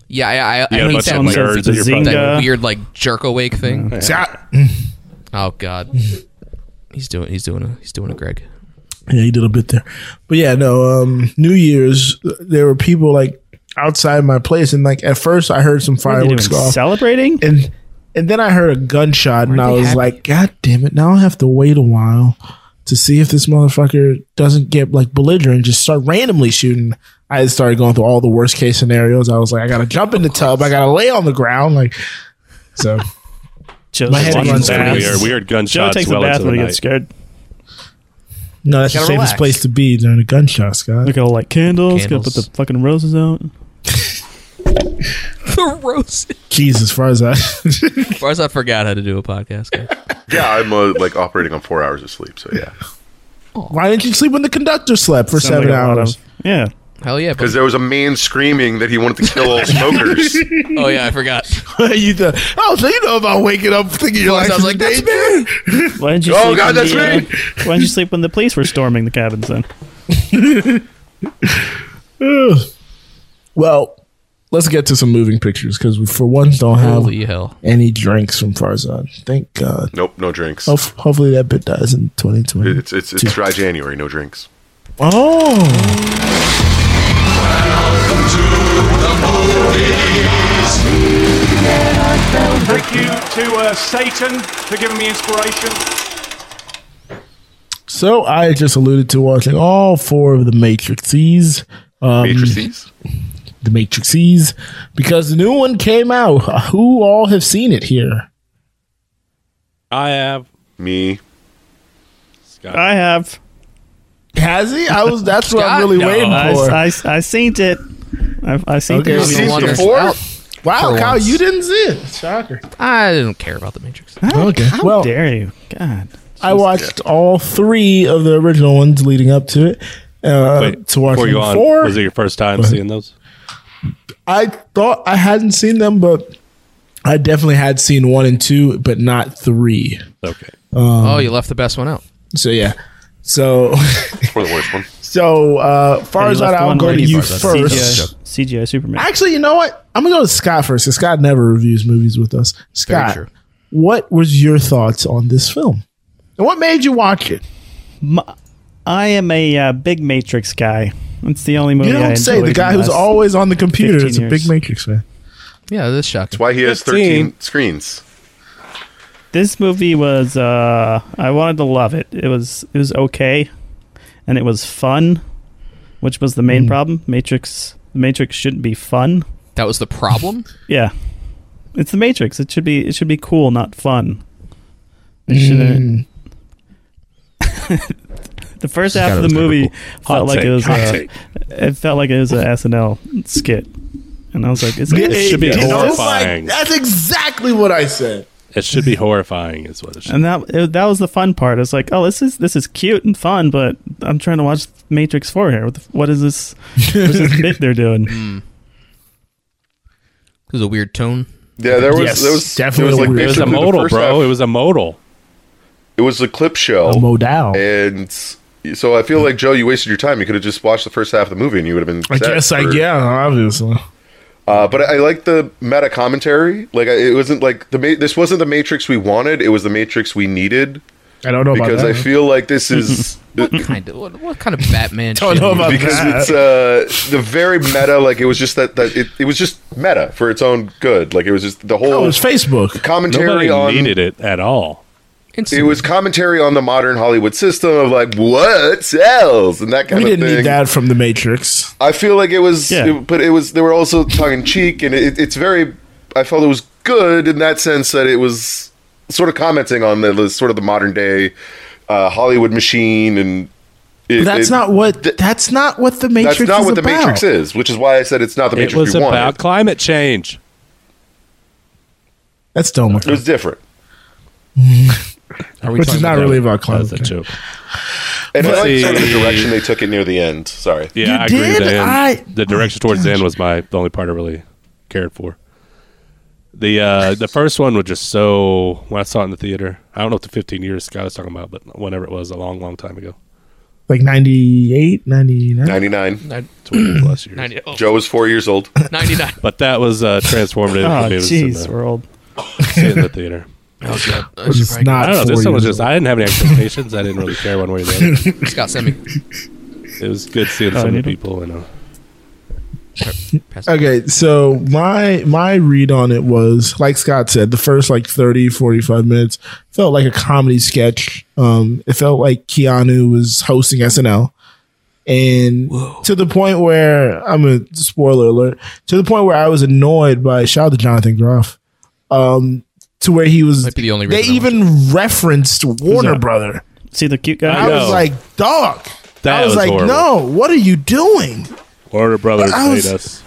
E: Yeah, I, I, I
K: You got a
E: hate
K: bunch
E: that,
K: of
E: like,
H: nerds
K: nerds
H: at
K: at
H: your
K: your
H: Zynga.
K: fucking-
E: that
H: Yeah.
E: weird like jerk awake thing.
F: Zap.
E: Oh god, [laughs] he's doing he's doing a he's doing a Greg.
F: Yeah, he did a bit there. But yeah, no, um, New Year's, there were people like outside my place. And like at first, I heard some
H: What are they doing,
F: fireworks go off.
H: celebrating?
F: And, and then I heard a gunshot and I
E: they
F: was
E: happy?
F: like, God damn it. Now I have to wait a while to see if this motherfucker doesn't get like belligerent and just start randomly shooting. I started going through all the worst case scenarios. I was like, I got to jump in the tub. I got to lay on the ground. Like,
E: [laughs]
F: so.
H: Joe's
F: my head
H: watching
F: runs
H: the
F: fast.
H: news.
K: Weird, weird
H: Joe
K: gunshots
H: takes a
K: well
H: bath
K: into
H: when
K: the
H: he gets
K: night.
H: scared.
F: No, that's the
E: Gotta
F: safest
E: relax.
F: place to be during a gunshot, Scott.
H: Look at all like candles. Gotta put
E: Candles.
H: the fucking roses out.
E: [laughs] The roasted.
F: Keys, as far as I.
E: As far as I forgot how to do a podcast. guys.
B: Yeah, I'm uh, like operating on four hours of sleep. So yeah,
F: [laughs] Why didn't you sleep when the conductor slept for
H: Sounds
F: seven
H: like a lot
F: hours?
H: of- yeah.
E: Hell yeah!
B: because
E: But,
B: there was a man screaming that he wanted to kill all smokers.
E: oh yeah, I [laughs] forgot.
F: [laughs] you th- oh, so you know about waking up thinking you're
E: I
F: like,
E: was like, that's me.
H: Why didn't you?
B: Oh,
H: sleep
B: God,
H: when
B: that's
H: the,
B: me!
H: uh, [laughs] why didn't you sleep when the police were storming the cabins? Then
F: Well, let's get to some moving pictures because we, for once, don't have
E: Holy hell!
F: any drinks from Farzad. Thank God.
B: nope, no drinks.
F: Hof- hopefully that bit dies in 2020.
B: Oh, It's it's it's dry January, no drinks.
F: oh,
A: Thank you to uh, Satan for giving me inspiration.
F: so I just alluded to watching all four of the Matrixies. Um,
B: Matrices.
F: the Matrixies, because the new one came out. [laughs] Who all have seen it here?
K: I have.
B: Me.
K: Scott.
H: I have.
F: Has he? I was. That's what I'm really
E: No.
F: waiting
H: I,
F: for.
H: I, I seen it. I, I seen
F: Okay, you
H: the movie.
F: seen
E: Wonder-
F: the four?
E: Well,
F: wow,
E: for
F: Kyle,
E: once.
F: you didn't see it. Shocker.
E: I don't care about the Matrix.
F: Okay.
H: How
F: well,
H: dare you? God.
F: I watched all three of the original ones leading up to it. Uh,
K: Wait,
F: to watch
K: before you
F: them
K: go on,
F: four.
K: was it your first time seeing those?
F: I thought I hadn't seen them, but I definitely had seen one and two, but not three.
K: Okay.
E: oh, you left the best one out.
F: So yeah.
K: [laughs]
F: So
B: Or the worst one.
F: [laughs] so uh, far
H: You
F: as
H: left
F: that, I'll
H: one
F: go
H: where
F: to
H: he-
F: you
H: CGI
F: first.
H: CGI Superman.
F: Actually, you know what? I'm gonna go to Scott first. 'cause Scott never reviews movies with us. Scott,
E: true.
F: what was your thoughts on this film, and what made you watch it?
H: I am a uh, big Matrix guy. It's the only movie
F: You
H: I
F: don't say the
H: enjoyed
F: guy
H: in
F: who's
H: last-
F: always on the computer
H: 15
F: is a big
H: years.
F: Matrix fan.
E: Yeah, this shocked. me.
B: Why he has
K: 15.
B: thirteen screens?
H: This movie was. Uh, I wanted to love it. It was. It was okay, and it was fun, which was the
F: Hmm.
H: main problem. Matrix. Matrix shouldn't be fun.
E: That was the problem.
H: Yeah, it's the Matrix. It should be. It should be cool, not fun. It shouldn't. [laughs] the first half of the movie felt like it was. uh, A, it felt like it was a SNL skit, and I was like, it's, "It should be
K: yeah.
H: horrible."
K: horrifying.
F: that's exactly what I said.
K: It should be horrifying, is what it should.
H: And that it, that was the fun part. It's like, oh, this is this is cute and fun, but I'm trying to watch Matrix Four here. What, the, what is this? What's this bit they're doing?
E: It was a weird tone.
B: Yeah, there was there was there was like
K: it was
B: basically
K: a
B: the
K: modal,
B: first
K: bro.
B: half-
K: It was a modal.
B: It was a clip show.
F: A modal.
B: And so I feel like Joe, you wasted your time. You could have just watched the first half of the movie, and you would have been.
F: I
B: set
F: guess,
B: for-
F: like, yeah, obviously.
B: Uh, but I like the meta commentary. Like I- it wasn't like the ma- this wasn't the Matrix we wanted. It was the Matrix we needed.
F: I don't know about
B: because
F: that.
B: I feel like
F: [laughs]
B: this is
E: kind of what, what kind of Batman?
F: Don't
E: shit
F: know
E: are you-
F: about
B: because
F: that.
B: it's uh, the very meta. Like it was just that that it, it was just meta for its own good. Like it was just the whole
F: Oh, it's Facebook.
B: commentary
K: Nobody
B: on
K: needed it at all.
B: it was commentary on the modern Hollywood system of like what sells and that kind
F: We
B: of
F: didn't
B: thing.
F: need that from the Matrix.
B: I feel like it was,
H: Yeah.
B: it- but it was. They were also tongue in cheek, and it, it's very. I felt it was good in that sense that it was sort of commenting on the, the sort of the modern day uh, Hollywood machine, and it-
F: But that's
B: it-
F: not what. that's not what the Matrix.
B: That's not
F: is
B: what the
F: about.
B: Matrix is, which is why I said it's not the
K: It
B: Matrix
K: was
B: we
K: about
B: wanted.
K: climate change.
F: That's dumb.
B: It was different,
K: Are we
F: Which is
K: talking
F: not
K: about
F: really
K: that?
F: about climate
K: That's a joke.
B: and I like sort of the
K: See.
B: direction they took it near the end. Sorry,
K: Yeah,
F: You
K: I agree
F: did?
K: with that.
F: I- oh,
K: the direction towards the end was my the only part I really cared for. The uh the first one was just so when I saw it in the theater. I don't know if the 15 years Sky was talking about, but whenever it was, a long, long time ago,
F: Like 98, 99.
B: ninety nine.
K: 20 plus years.
E: 90
F: [laughs]
E: oh,
B: Joe was four years old.
E: 99.
K: But that was uh,
F: [laughs]
K: transformative.
H: Oh,
F: Ah,
K: for me. It was in
H: jeez,
K: the-
H: we're old.
K: see it in the theater.
E: Oh,
F: [laughs] Which is not.
K: I don't know. This
F: four
K: one was
F: years
K: just. I didn't have any expectations. I didn't really care one way or the other.
E: Scott sent me.
K: It was good seeing
H: Oh,
K: some
H: you
K: of
H: don't-
K: the people. And uh,
F: old. Okay, so my my read on it was like Scott said, the first like 30, 45 minutes felt like a comedy sketch. Um, it felt like Keanu was hosting SNL. And to the point where I'm a spoiler alert, to the point where I was annoyed by shout out to Jonathan Groff. Um to where he was
E: Might be the only
F: they
E: reason I
F: even referenced Warner
H: that?
F: Brother.
H: See the cute
K: I
H: guy.
F: I
K: know.
F: was like, dog.
K: That
F: I
K: was
F: was, like,
K: horrible.
F: no, what are you doing?
K: Warner Brothers
F: I was-
K: made us.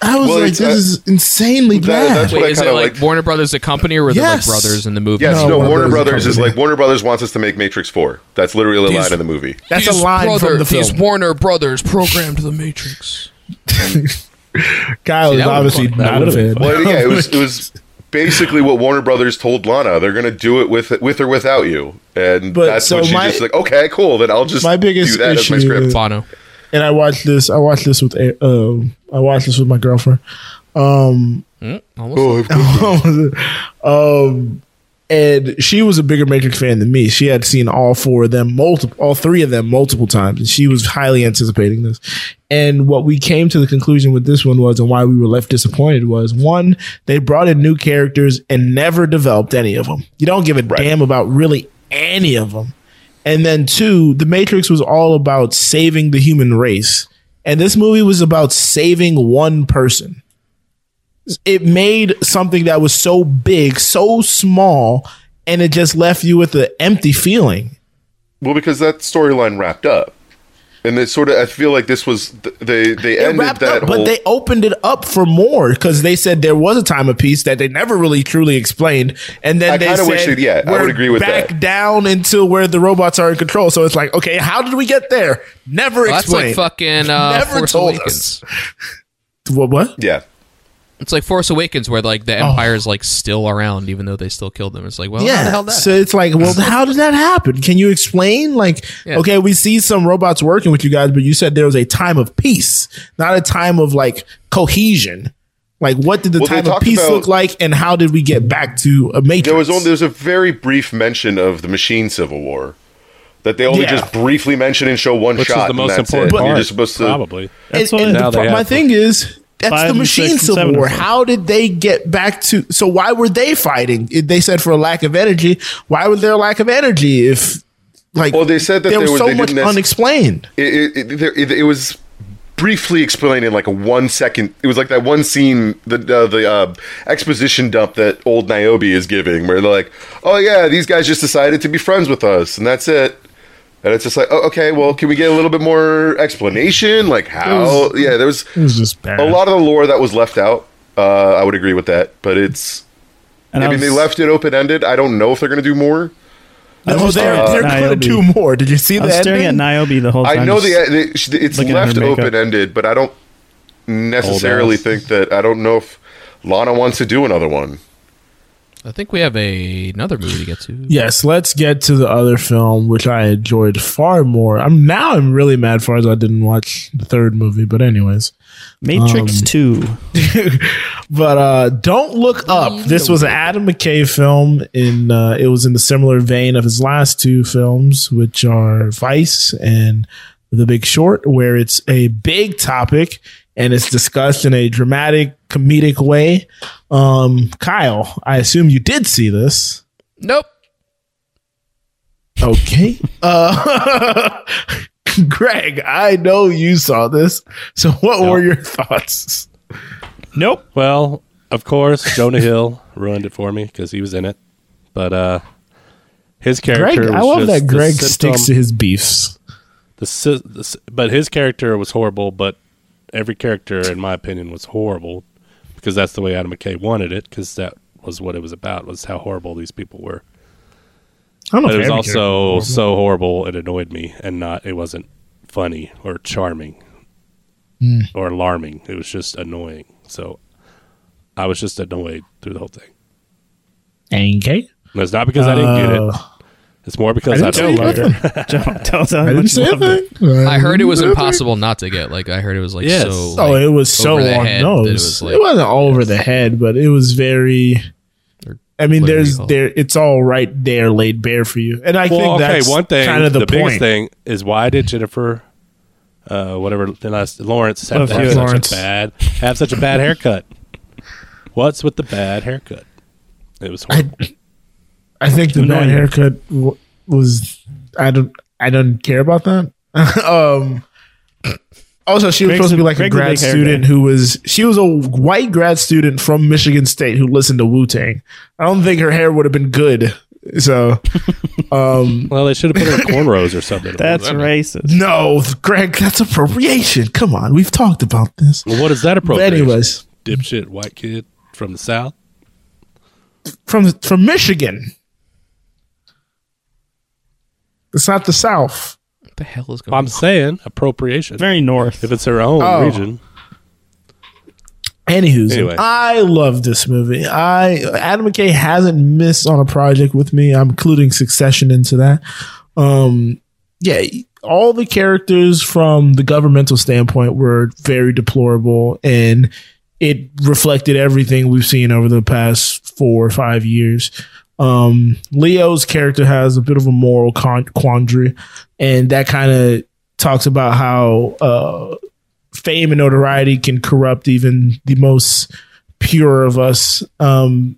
F: I was
B: Well,
F: like,
B: it's,
F: this
B: uh,
F: is insanely
B: that-
F: bad.
B: that's what I
E: Wait, is it
B: kinda
E: like
B: liked.
E: Warner Brothers a company or were there
F: Yes.
E: like brothers in the movie?
B: Yes,
F: No,
B: no.
F: Warner
B: Warner
F: Brothers
B: Brothers
F: is
B: is
F: company.
B: like Warner Brothers wants us to make Matrix Four. That's literally a line in the movie.
F: That's a
E: These
F: line from the
E: these
F: film.
E: Warner Brothers programmed the Matrix.
F: Kyle
E: See,
F: is
E: that would've
F: obviously
E: been
F: not a fan.
B: Well, yeah, it was it was basically what Warner Brothers told Lana. They're going to do it with with or without you, and
F: But
B: that's
F: so
B: when she
F: my-
B: just like, okay, cool. Then I'll just
F: My biggest
B: do that as my
F: issue
B: script.
F: is-
E: Bono.
F: And I watched this. I watched this with. A- Um, I watched this with my girlfriend.
E: Mm,
F: [laughs]
E: Almost.
F: um, and she was a bigger Matrix fan than me. She had seen all four of them, multiple, all three of them, multiple times, and she was highly anticipating this. And what we came to the conclusion with this one was, and why we were left disappointed was one, they brought in new characters and never developed any of them. You don't give a damn about really any of them. And then two, The Matrix was all about saving the human race. And this movie was about saving one person it made something that was so big so small and it just left you with an empty feeling
B: Well, because that storyline wrapped up, and they sort of I feel like this was th- they they
F: it
B: ended
F: wrapped
B: that
F: up
B: whole.
F: but they opened it up for more because they said there was a time of peace that they never really truly explained and then
B: I
F: they
B: kinda
F: said
B: wish they- yeah, I would
F: "We're
B: agree with
F: back
B: that."
F: down into where the robots are in control so it's like okay how did we get there never
E: Well, that's like
F: explained
E: fucking uh,
F: Never
E: Force
F: told
E: Awakens.
F: what, what?
B: yeah,
E: It's like Force Awakens where like the Empire's like still around even though they still killed them. It's like, well, how the hell
F: Oh. yeah
E: that?
F: so it's like well how did that happen can you explain like
E: Yeah.
F: okay we see some robots working with you guys but you said there was a time of peace not a time of like cohesion like what did the
B: Well, they
F: time of
B: talked
F: peace
B: about-
F: look like and how did we get back to a matrix
B: there was only there's a very brief mention of the machine civil war. That they only
F: Yeah.
B: just briefly mention and show one
K: Which
B: shot.
K: was the
B: and
K: most
B: that's
K: important
B: it.
K: part.
B: You're just supposed to
K: probably.
F: and,
H: That's what-
F: and the
K: Now they
F: pro- my
K: have
F: thing is that's
H: five
F: the
H: and six
F: machine
H: and
F: civil
H: seven
F: war
H: or something.
F: how did they get back to so why were they fighting If they said for a lack of energy why was there a lack of energy if like
B: Well, they said that
F: there
B: there
F: was
B: was-
F: so
B: they
F: much
B: didn't nec-
F: unexplained
B: it, it, it, there- it, it was briefly explained in like a one second it was like that one scene the uh, the uh, exposition dump that old niobe is giving where they're like oh yeah these guys just decided to be friends with us and that's it and it's just like oh, okay well can we get a little bit more explanation like how yeah there was
F: it was just bad
B: a lot of the lore that was left out uh, i would agree with that but it's I mean, they left it open ended. I don't know if they're going to do more.
F: No, they're
B: Uh,
F: they're gonna do more. Did you see
H: I was
F: that?
H: staring at Niobe the whole time.
B: I know
H: just-
B: the, the sh- it's
H: looking at her
B: left
H: makeup.
B: open ended, but I don't necessarily think that. I don't know if Lana wants to do another one.
E: I think we have a, another movie to get to.
F: Yes, let's get to the other film, which I enjoyed far more. I'm now I'm really mad far as I didn't watch the third movie, but anyways.
H: Matrix
F: Um,
H: Two. [laughs]
F: But uh Don't Look Up. This was an Adam McKay film in uh it was in the similar vein of his last two films, which are Vice and The Big Short, where it's a big topic and it's discussed in a dramatic, comedic way. Um Kyle, I assume you did see this.
E: Nope.
F: Okay. Uh, [laughs] Greg, I know you saw this. So what were your thoughts?
H: Nope.
K: Well, of course, Jonah Hill [laughs] ruined it for me because he was in it. But uh his character.
F: Greg, I
K: was
F: love
K: just
F: that
K: the
F: Greg sticks to
K: symptom-
F: his beefs.
K: The, sy- the s- but his character was horrible. But every character, in my opinion, was horrible because that's the way Adam McKay wanted it. Because that was what it was about. Was how horrible these people were.
F: I don't know
K: But
F: if
K: it was
F: every
K: also so horrible it annoyed me, and not it wasn't funny or charming
F: Hmm.
K: or alarming. It was just annoying. So I was just annoyed through the whole thing.
F: Okay.
K: And it's not because I didn't get it.
F: Uh,
K: It's more because
F: I
K: I,
F: didn't
K: don't
F: say
K: like
F: nothing.
K: it.
H: Don't tell us how
F: I didn't
H: much
F: say
H: you loved it.
F: anything. Uh,
E: I heard it was
F: okay.
E: impossible not to get. Like I heard it was like
K: Yes.
E: so.
F: Oh,
E: like,
F: it was so
E: over the
F: long
E: head that
F: nose.
E: It
F: It,
E: was like
F: was not over the head, but it was very. I mean,
E: what do
F: there's
E: you call it?
F: there. It's all right there, laid bare for you, and [laughs] I
K: well,
F: think
K: okay,
F: that's
K: one thing.
F: kind of the,
K: biggest
F: point.
K: thing is why did Jennifer, uh, whatever the last Lawrence have,
H: Love
K: have
H: you.
K: such
F: Lawrence.
K: a bad have such a bad haircut? What's with the bad haircut? It was horrible.
F: I think the bad
H: Annoying.
F: haircut w- was. I don't. I don't care about that. [laughs] um. Also, she was
H: Greg's
F: supposed to be
H: a-
F: like a
H: Greg's a
F: grad
H: big hair
F: student
H: guy.
F: who was. She was a white grad student from Michigan State who listened to Wu Tang. I don't think her hair would have been good. So, um,
K: well, they should have put her in cornrows or
F: [laughs]
K: something.
H: That's racist.
F: no, Greg, that's appropriation. Come on, we've talked about this.
K: well, what is that
F: But
K: appropriation?
F: anyways,
K: dipshit white kid from the south.
F: from from Michigan, it's not the South.
E: what the hell is going
K: I'm
E: on?
K: saying appropriation.
H: Very north.
K: If it's her own
F: Oh.
K: region,
F: Anywho's,
K: Anyway.
F: I love this movie. I Adam McKay hasn't missed on a project with me. I'm including Succession into that. Um, yeah, all the characters from the governmental standpoint were very deplorable, and it reflected everything we've seen over the past four or five years. Um, Leo's character has a bit of a moral con- quandary, and that kind of talks about how. Uh, fame and notoriety can corrupt even the most pure of us. Um,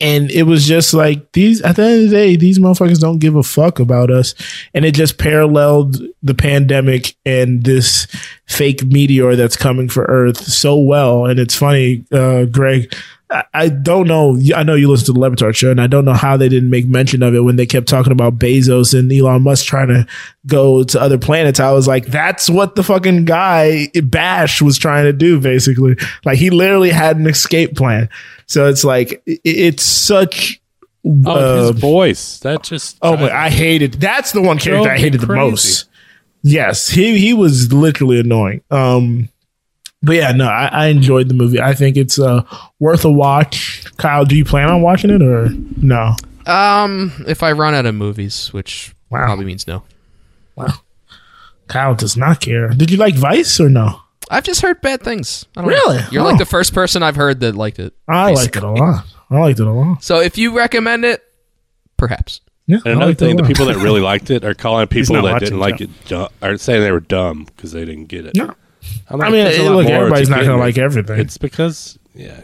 F: and it was just like these at the end of the day, these motherfuckers don't give a fuck about us. And it just paralleled the pandemic and this fake meteor that's coming for Earth so well. And it's funny, uh, Greg. I- I don't know. I know you listen to the Levitard show, and I don't know how they didn't make mention of it when they kept talking about Bezos and Elon Musk trying to go to other planets. I was like, that's what the fucking guy Bash was trying to do, basically. Like, he literally had an escape plan. So it's like, i- it's such.
K: oh,
F: uh,
K: his voice. That just
F: Oh my! I hated. That's the one character I
K: Drove
F: hated the
K: crazy.
F: most. Yes, he he was literally annoying. Um, but yeah, no, I, I enjoyed the movie. I think it's uh worth a watch. Kyle, do you plan on watching it or no?
E: Um, if I run out of movies, which
F: Wow.
E: probably means no.
F: Kyle does not care. Did you like Vice or no?
E: I've just heard bad things. I don't
F: Really?
E: Know. You're
F: Oh.
E: like the first person I've heard that liked it.
F: I liked it a lot. I liked it a lot.
E: So if you recommend it, perhaps.
F: Yeah, I
K: And another
F: liked it a
K: thing, the
F: lot.
K: people that
F: [laughs]
K: really liked it are calling people
H: not
K: that
H: watching
K: didn't
H: the
K: like
H: show.
K: it dumb, are saying they were dumb because they didn't get it.
F: No.
K: I'm
F: I mean,
K: there's a lot
F: look,
K: more
F: everybody's
K: you
F: not
K: can
F: gonna
K: make.
F: like everything.
K: It's because, yeah,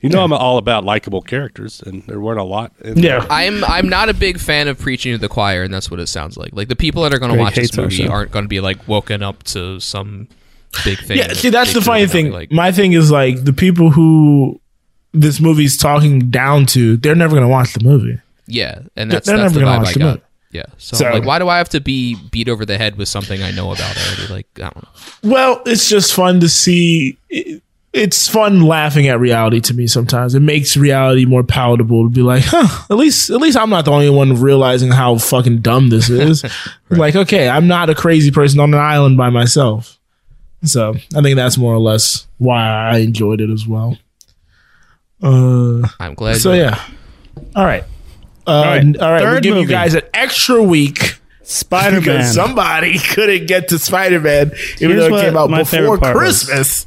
K: you know, I'm all about likable characters, and there weren't a lot. In
F: yeah.
E: I'm I'm not a big fan of preaching to the choir, and that's what it sounds like. Like the people that are going to
H: Greg
E: watch this
H: hates our
E: movie
H: show.
E: aren't going to be like woken up to some big thing.
F: Yeah,
E: that
F: see, that's
E: they
F: the
E: do
F: funny
E: without,
F: thing.
E: Like,
F: My thing is like the people who this movie's talking down to, they're never gonna watch the movie.
E: yeah, and that's
F: they're
E: that's
F: never
E: the
F: gonna
E: vibe
F: watch
E: I
F: the
E: got.
F: movie.
E: Yeah, so,
F: So-
E: like, why do I have to be beat over the head with something I know about already? Like, I don't know.
F: Well, it's just fun to see it's fun laughing at reality to me sometimes. It makes reality more palatable to be like, huh, at least at least I'm not the only one realizing how fucking dumb this
H: [laughs]
F: is. Like, okay, I'm not a crazy person on an island by myself. So I think that's more or less why I enjoyed it as well. Uh
E: I'm glad.
F: so
E: you-
F: yeah. All right. Uh, all
H: All right.
F: right. All right. We're
H: Third
F: giving you
H: movie.
F: guys an extra week
H: Spider Man.
F: because somebody [laughs] couldn't get to Spider Man, even
H: Here's
F: though it
H: what
F: came out
H: my
F: before
H: favorite part was.
F: Christmas.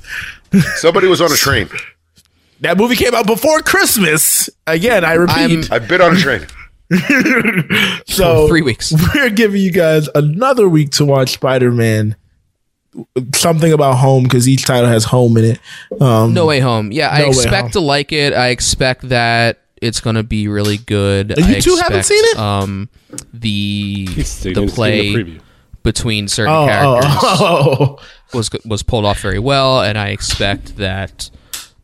B: Somebody was on a train.
F: That movie came out before Christmas. Again, I repeat.
B: I've been on a train.
F: so
E: Three weeks.
F: [laughs] We're giving you guys another week to watch Spider Man. Something about home because each title has home in it. Um,
E: No Way Home. Yeah, I
F: No Way Home.
E: expect to like it. I expect that it's gonna be really good.
F: You
E: I
F: two haven't
E: expect,
F: seen it?
E: Um,
K: seen
E: the the
K: it. It's in the
E: play
K: preview.
E: between certain
F: Oh, oh,
E: characters
F: oh, oh.
E: was was pulled off very well, and I expect that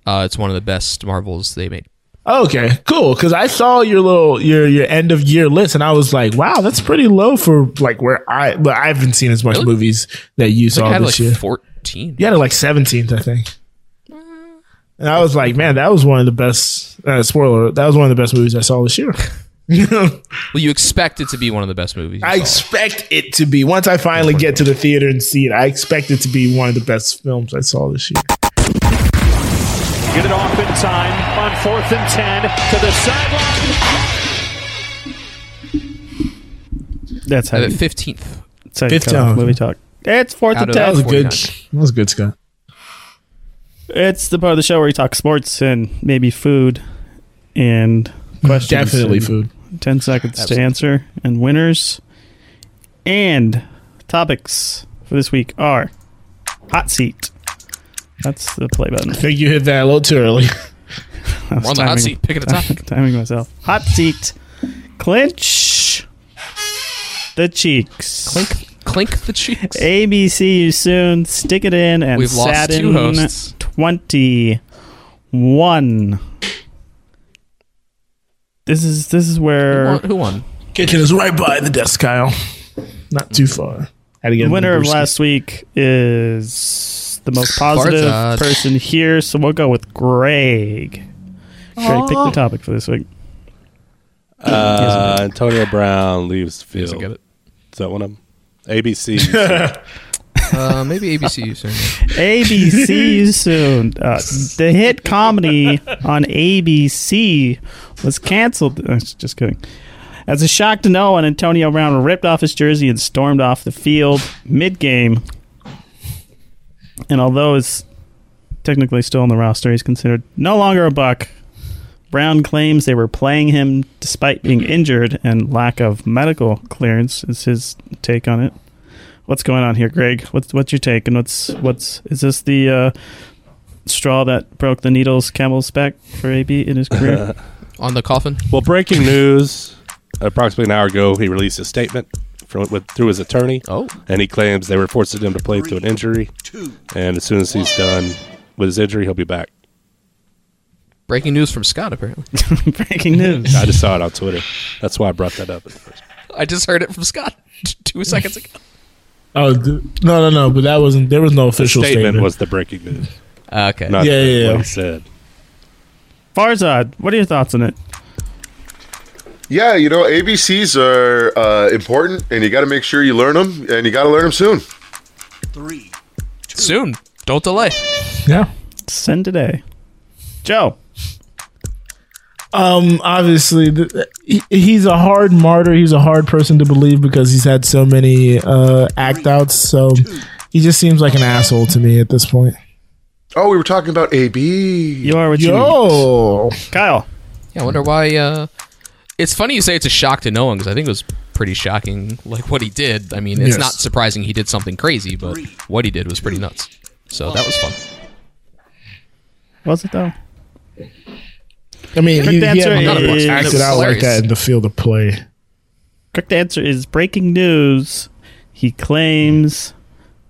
E: uh, it's one of the best Marvels they made.
F: oh, [laughs] Okay, cool. Because I saw your little your your end of year list, and I was like, wow, that's pretty low for like where I. But I haven't seen as much
E: Really?
F: movies that you
E: I think
F: saw
E: I had
F: Oh, this
E: like
F: year.
E: fourteen.
F: You had it like 17th, I think. And I was like, man, that was one of the best. Uh, spoiler: that was one of the best movies I saw this year. [laughs]
E: Well, you expect it to be one of the best movies. you
F: I
E: saw.
F: expect it to be once I finally get to the theater and see it. I expect it to be one of the best films I saw this year.
A: Get it off in time on fourth and ten to the sideline.
H: That's how
E: I'm at
H: you,
E: fifteenth.
H: that's how you
F: fifth
H: cut off
F: time.
H: movie talk. It's fourth
E: Out
H: and
E: of-
F: That
E: that
F: was
H: ten.
F: a good.
E: 49.
F: That was good, Scott.
H: It's the part of the show where we talk sports and maybe food and questions.
F: Definitely
H: and
F: food.
H: Ten seconds to answer and winners. And topics for this week are hot seat. That's the play button. [laughs]
F: I think you hit that a little too early. [laughs]
H: I was
E: We're on the hot
H: timing-
E: seat, picking a topic.
H: [laughs] timing myself. Hot seat. Clinch the cheeks.
E: Clink, clink the cheeks.
H: ABC you soon. Stick it in and
E: We've lost
H: sat
E: two
H: in
E: hosts.
H: twenty one. This is this is
E: Who
H: where
E: won? Who won?
F: Kitchen is right by the desk, Kyle. Not too far. Had to get
H: the winner of
F: Brewski.
H: last week is the most positive
E: Farzad.
H: person here, so we'll go with Greg. Greg, pick the topic for this week.
K: Uh, Antonio Brown leaves
E: He
K: field.
E: doesn't get it.
K: Is that one of them?
F: [laughs]
K: ABC.
E: Uh, maybe ABC. you soon.
H: ABC you soon. Uh, the hit comedy on ABC was canceled. uh, Just kidding. As a shock to no one, Antonio Brown ripped off his jersey and stormed off the field mid game. And although he's technically still on the roster, he's considered no longer a buck. Brown claims they were playing him despite being injured and lack of medical clearance, is his take on it what's going on here, Greg? What's what's your take? And what's what's is this the uh, straw that broke the needle's camel's back for AB in his career? [laughs]
E: On the coffin.
K: Well, breaking news. Approximately an hour ago, he released a statement from, with, through his attorney,
E: Oh,
K: and he claims they were forcing him to play through an injury. And as soon as he's done with his injury, he'll be back.
E: breaking news from Scott. Apparently, [laughs]
H: Breaking news.
K: I just saw it on Twitter. That's why I brought that up at first.
E: I just heard it from Scott [laughs] two seconds ago.
F: Oh th- no, no, no! But that wasn't. There was no official
K: statement,
F: statement.
K: was the breaking news,
E: Uh, Okay.
K: not
F: Yeah, yeah,
K: what
F: yeah.
K: he said.
H: Farzad, what are your thoughts on it?
B: Yeah, you know, ABCs are uh, important, and you got to make sure you learn them, and you got to learn them soon.
E: Soon. Don't delay.
F: Yeah.
H: Send today, Joe.
F: Um. Obviously, th- he, he's a hard martyr. He's a hard person to believe because he's had so many uh, act outs. So he just seems like an asshole to me at this point.
B: Oh, we were talking about AB.
H: You are what you
F: Yo.
H: eat. Kyle.
E: Yeah, I wonder why. Uh, it's funny you say it's a shock to no one because I think it was pretty shocking, like what he did. I mean, it's
F: Yes.
E: not surprising he did something crazy, but what he did was pretty nuts. So that was fun.
H: Was it though?
F: I mean, he, he had
H: answer
F: not
E: is-
F: acted out like that in the field of play.
H: Correct answer is breaking news. He claims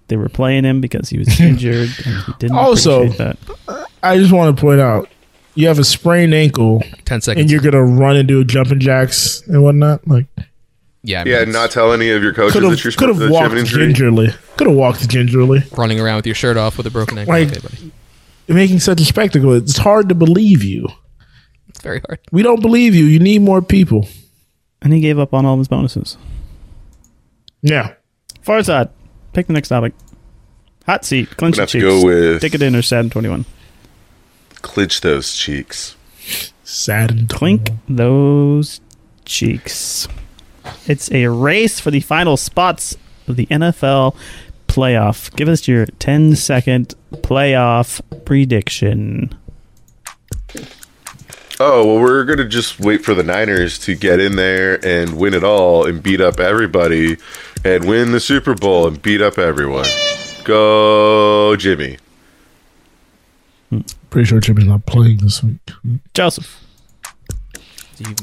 H: they were playing him because he was injured and he didn't
F: Also-
H: appreciate that.
F: I just want to point out, you have a sprained ankle,
E: Ten
F: and
E: seconds.
F: you're gonna run and do jumping jacks and whatnot. Like,
E: Yeah, I mean,
B: Yeah,
E: it's
B: not tell any of your coaches
F: could
B: that you're
F: have could
B: supposed
F: have
B: to have an
F: walked
B: injury.
F: gingerly. Could have walked gingerly.
E: running around with your shirt off with a broken ankle.
F: Like-
E: okay, buddy.
F: making such a spectacle. It's hard to believe you.
E: It's very hard.
F: We don't believe you. You need more people.
H: And he gave up on all of his bonuses.
F: Yeah.
H: Farzad, pick the next topic. Hot seat, clench your
B: have to
H: cheeks.
B: go with-
H: Stick it in or sad 21.
B: Clinch those cheeks.
F: Sad and
H: Clink those cheeks. It's a race for the final spots of the NFL playoff. Give us your 10 second playoff prediction.
B: Oh well, we're gonna just wait for the Niners to get in there and win it all and beat up everybody and win the Super Bowl and beat up everyone. Go, Jimmy.
F: Pretty sure Jimmy's not playing this week.
H: Joseph.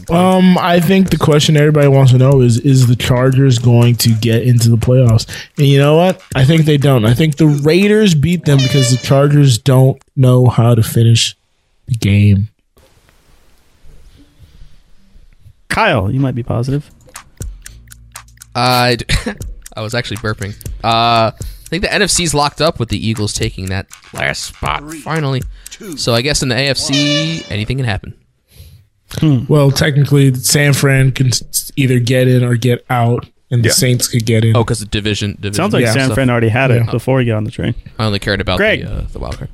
F: Um, I think the question everybody wants to know is: Is the Chargers going to get into the playoffs? And you know what? I think they don't. I think the Raiders beat them because the Chargers don't know how to finish the game.
H: Kyle, you might be positive.
E: I Uh, [laughs] I was actually burping. Uh, I think the NFC's locked up with the Eagles taking that last spot finally. so I guess in the AFC, anything can happen.
F: Well, technically, San Fran can s- either get in or get out, and the
B: Yeah.
F: Saints could get in.
E: Oh, because the division, division.
H: Sounds like
F: Yeah.
H: San
E: stuff.
H: Fran already had it
F: Yeah.
H: before you got on the train.
E: I only cared about
H: Greg.
E: the uh, the wild card.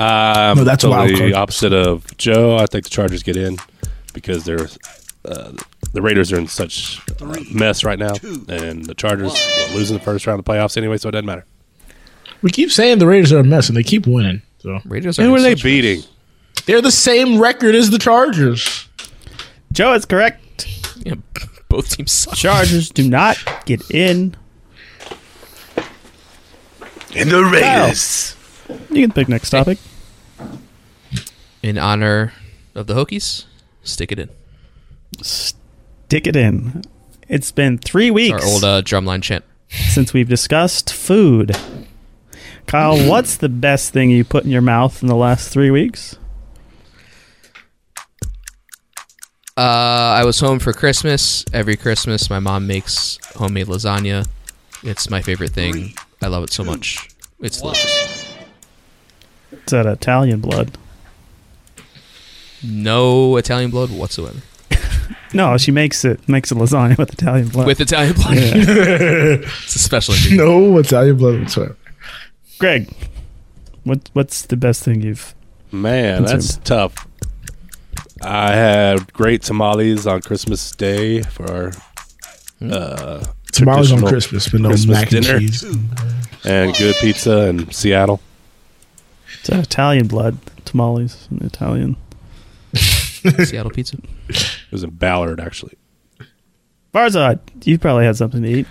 K: Um,
F: No, that's a wild
K: totally
F: card.
K: opposite of Joe. I think the Chargers get in because they're uh, the Raiders are in such a mess right now, and the Chargers are losing the first round of the playoffs anyway, so it doesn't matter.
F: We keep saying the Raiders are a mess, and they keep winning. So
E: Raiders are
K: Who
E: in
K: are they
E: such-
K: beating?
F: they're the same record as the Chargers.
H: Joe is correct.
E: yeah, both teams suck.
H: Chargers do not get in.
B: And the
H: Raiders. You can pick next topic.
E: In honor of the Hokies, stick it in.
H: Dick it in. It's been three
E: Our
H: weeks
E: old uh, drumline chant.
H: since we've discussed food.
K: [coughs]
H: Kyle, what's the best thing you put in your mouth in the last three weeks?
E: Uh, I was home for Christmas. Every Christmas, my mom makes homemade lasagna. It's my favorite thing. I love it so much. It's delicious.
H: It's that Italian blood.
E: No Italian blood whatsoever.
H: No, she makes it makes a lasagna with Italian blood. [laughs]
E: With Italian blood. it's a
F: [laughs]
E: special ingredient.
F: No Italian blood whatsoever.
H: Greg, what what's the best thing you've?
K: Man, that's tough. I had great tamales on Christmas Day for our uh,
F: Tomorrow's on
K: Traditional
F: Christmas, but no
K: Christmas
F: mac and
K: dinner.
F: cheese.
K: and good pizza in Seattle.
H: It's that Italian blood tamales in Italian.
E: Seattle pizza.
K: It was in Ballard actually.
H: Barzad, you probably had something to eat.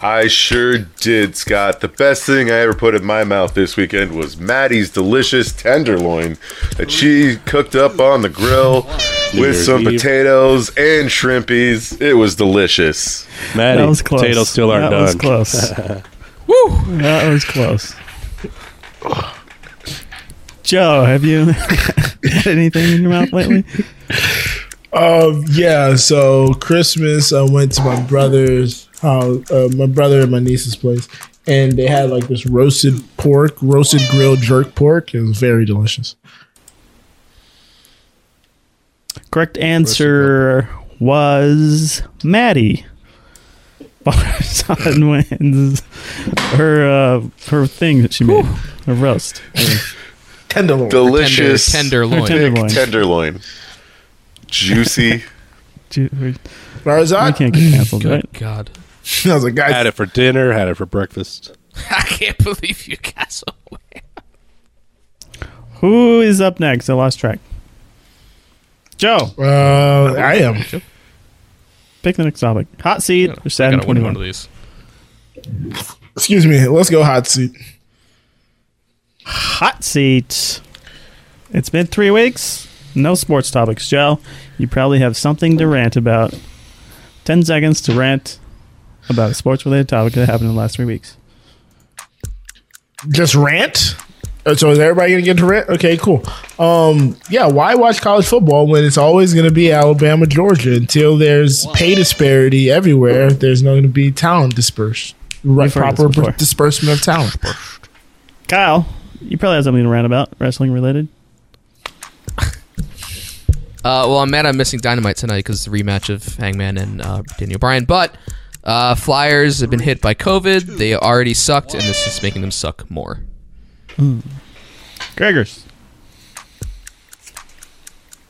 B: I sure did, Scott. The best thing I ever put in my mouth this weekend was Maddie's delicious tenderloin that she cooked up on the grill with
K: Year's
B: some
K: Eve.
B: potatoes and shrimpies. It was delicious.
K: Maddie,
H: that was close.
K: potatoes still aren't
H: that
K: done.
H: was close.
K: [laughs]
H: Woo! That was close. Joe, have you [laughs] had anything in your mouth lately?
F: Um, yeah, so Christmas, I went to my brother's house, uh, my brother and my niece's place, and they had like this roasted pork, roasted grilled jerk pork. It was very delicious.
H: Correct answer was Maddie. [laughs] Barzan wins her uh, her thing that she made, her roast.
F: Tenderloin.
B: Delicious
E: Tender, tenderloin.
H: Tenderloin.
B: tenderloin. Juicy.
H: Ju- We
F: Farzad?
H: can't get canceled, right?
E: Ah. Good God.
F: [laughs] I was like, guys,
K: Had it for dinner. Had it for breakfast.
E: I can't believe you guys Oh, are away.
H: Who is up next? I lost track. Joe,
F: uh, I am.
H: pick the next topic. Hot seat or
E: I
H: sad
E: gotta win one of
H: twenty-one?
E: these.
F: Excuse me. Let's go hot seat.
H: Hot seat. It's been three weeks. No sports topics, Joe. You probably have something to rant about. Ten seconds to rant about a sports-related topic that happened in the last three weeks.
F: Just rant. Uh, So is everybody gonna get to rant? Okay, cool. Um, yeah. Why watch college football when it's always gonna be Alabama, Georgia until there's pay disparity everywhere? There's not gonna be talent dispersed. Right,
H: We've heard this
F: proper
H: before.
F: disbursement of talent.
H: Kyle, You probably have something to rant about wrestling related.
E: Uh, well, I'm mad I'm missing Dynamite tonight because the rematch of Hangman and uh, Daniel Bryan. But uh, Flyers have been hit by COVID. They already sucked, and this is making them suck more.
H: Gregors.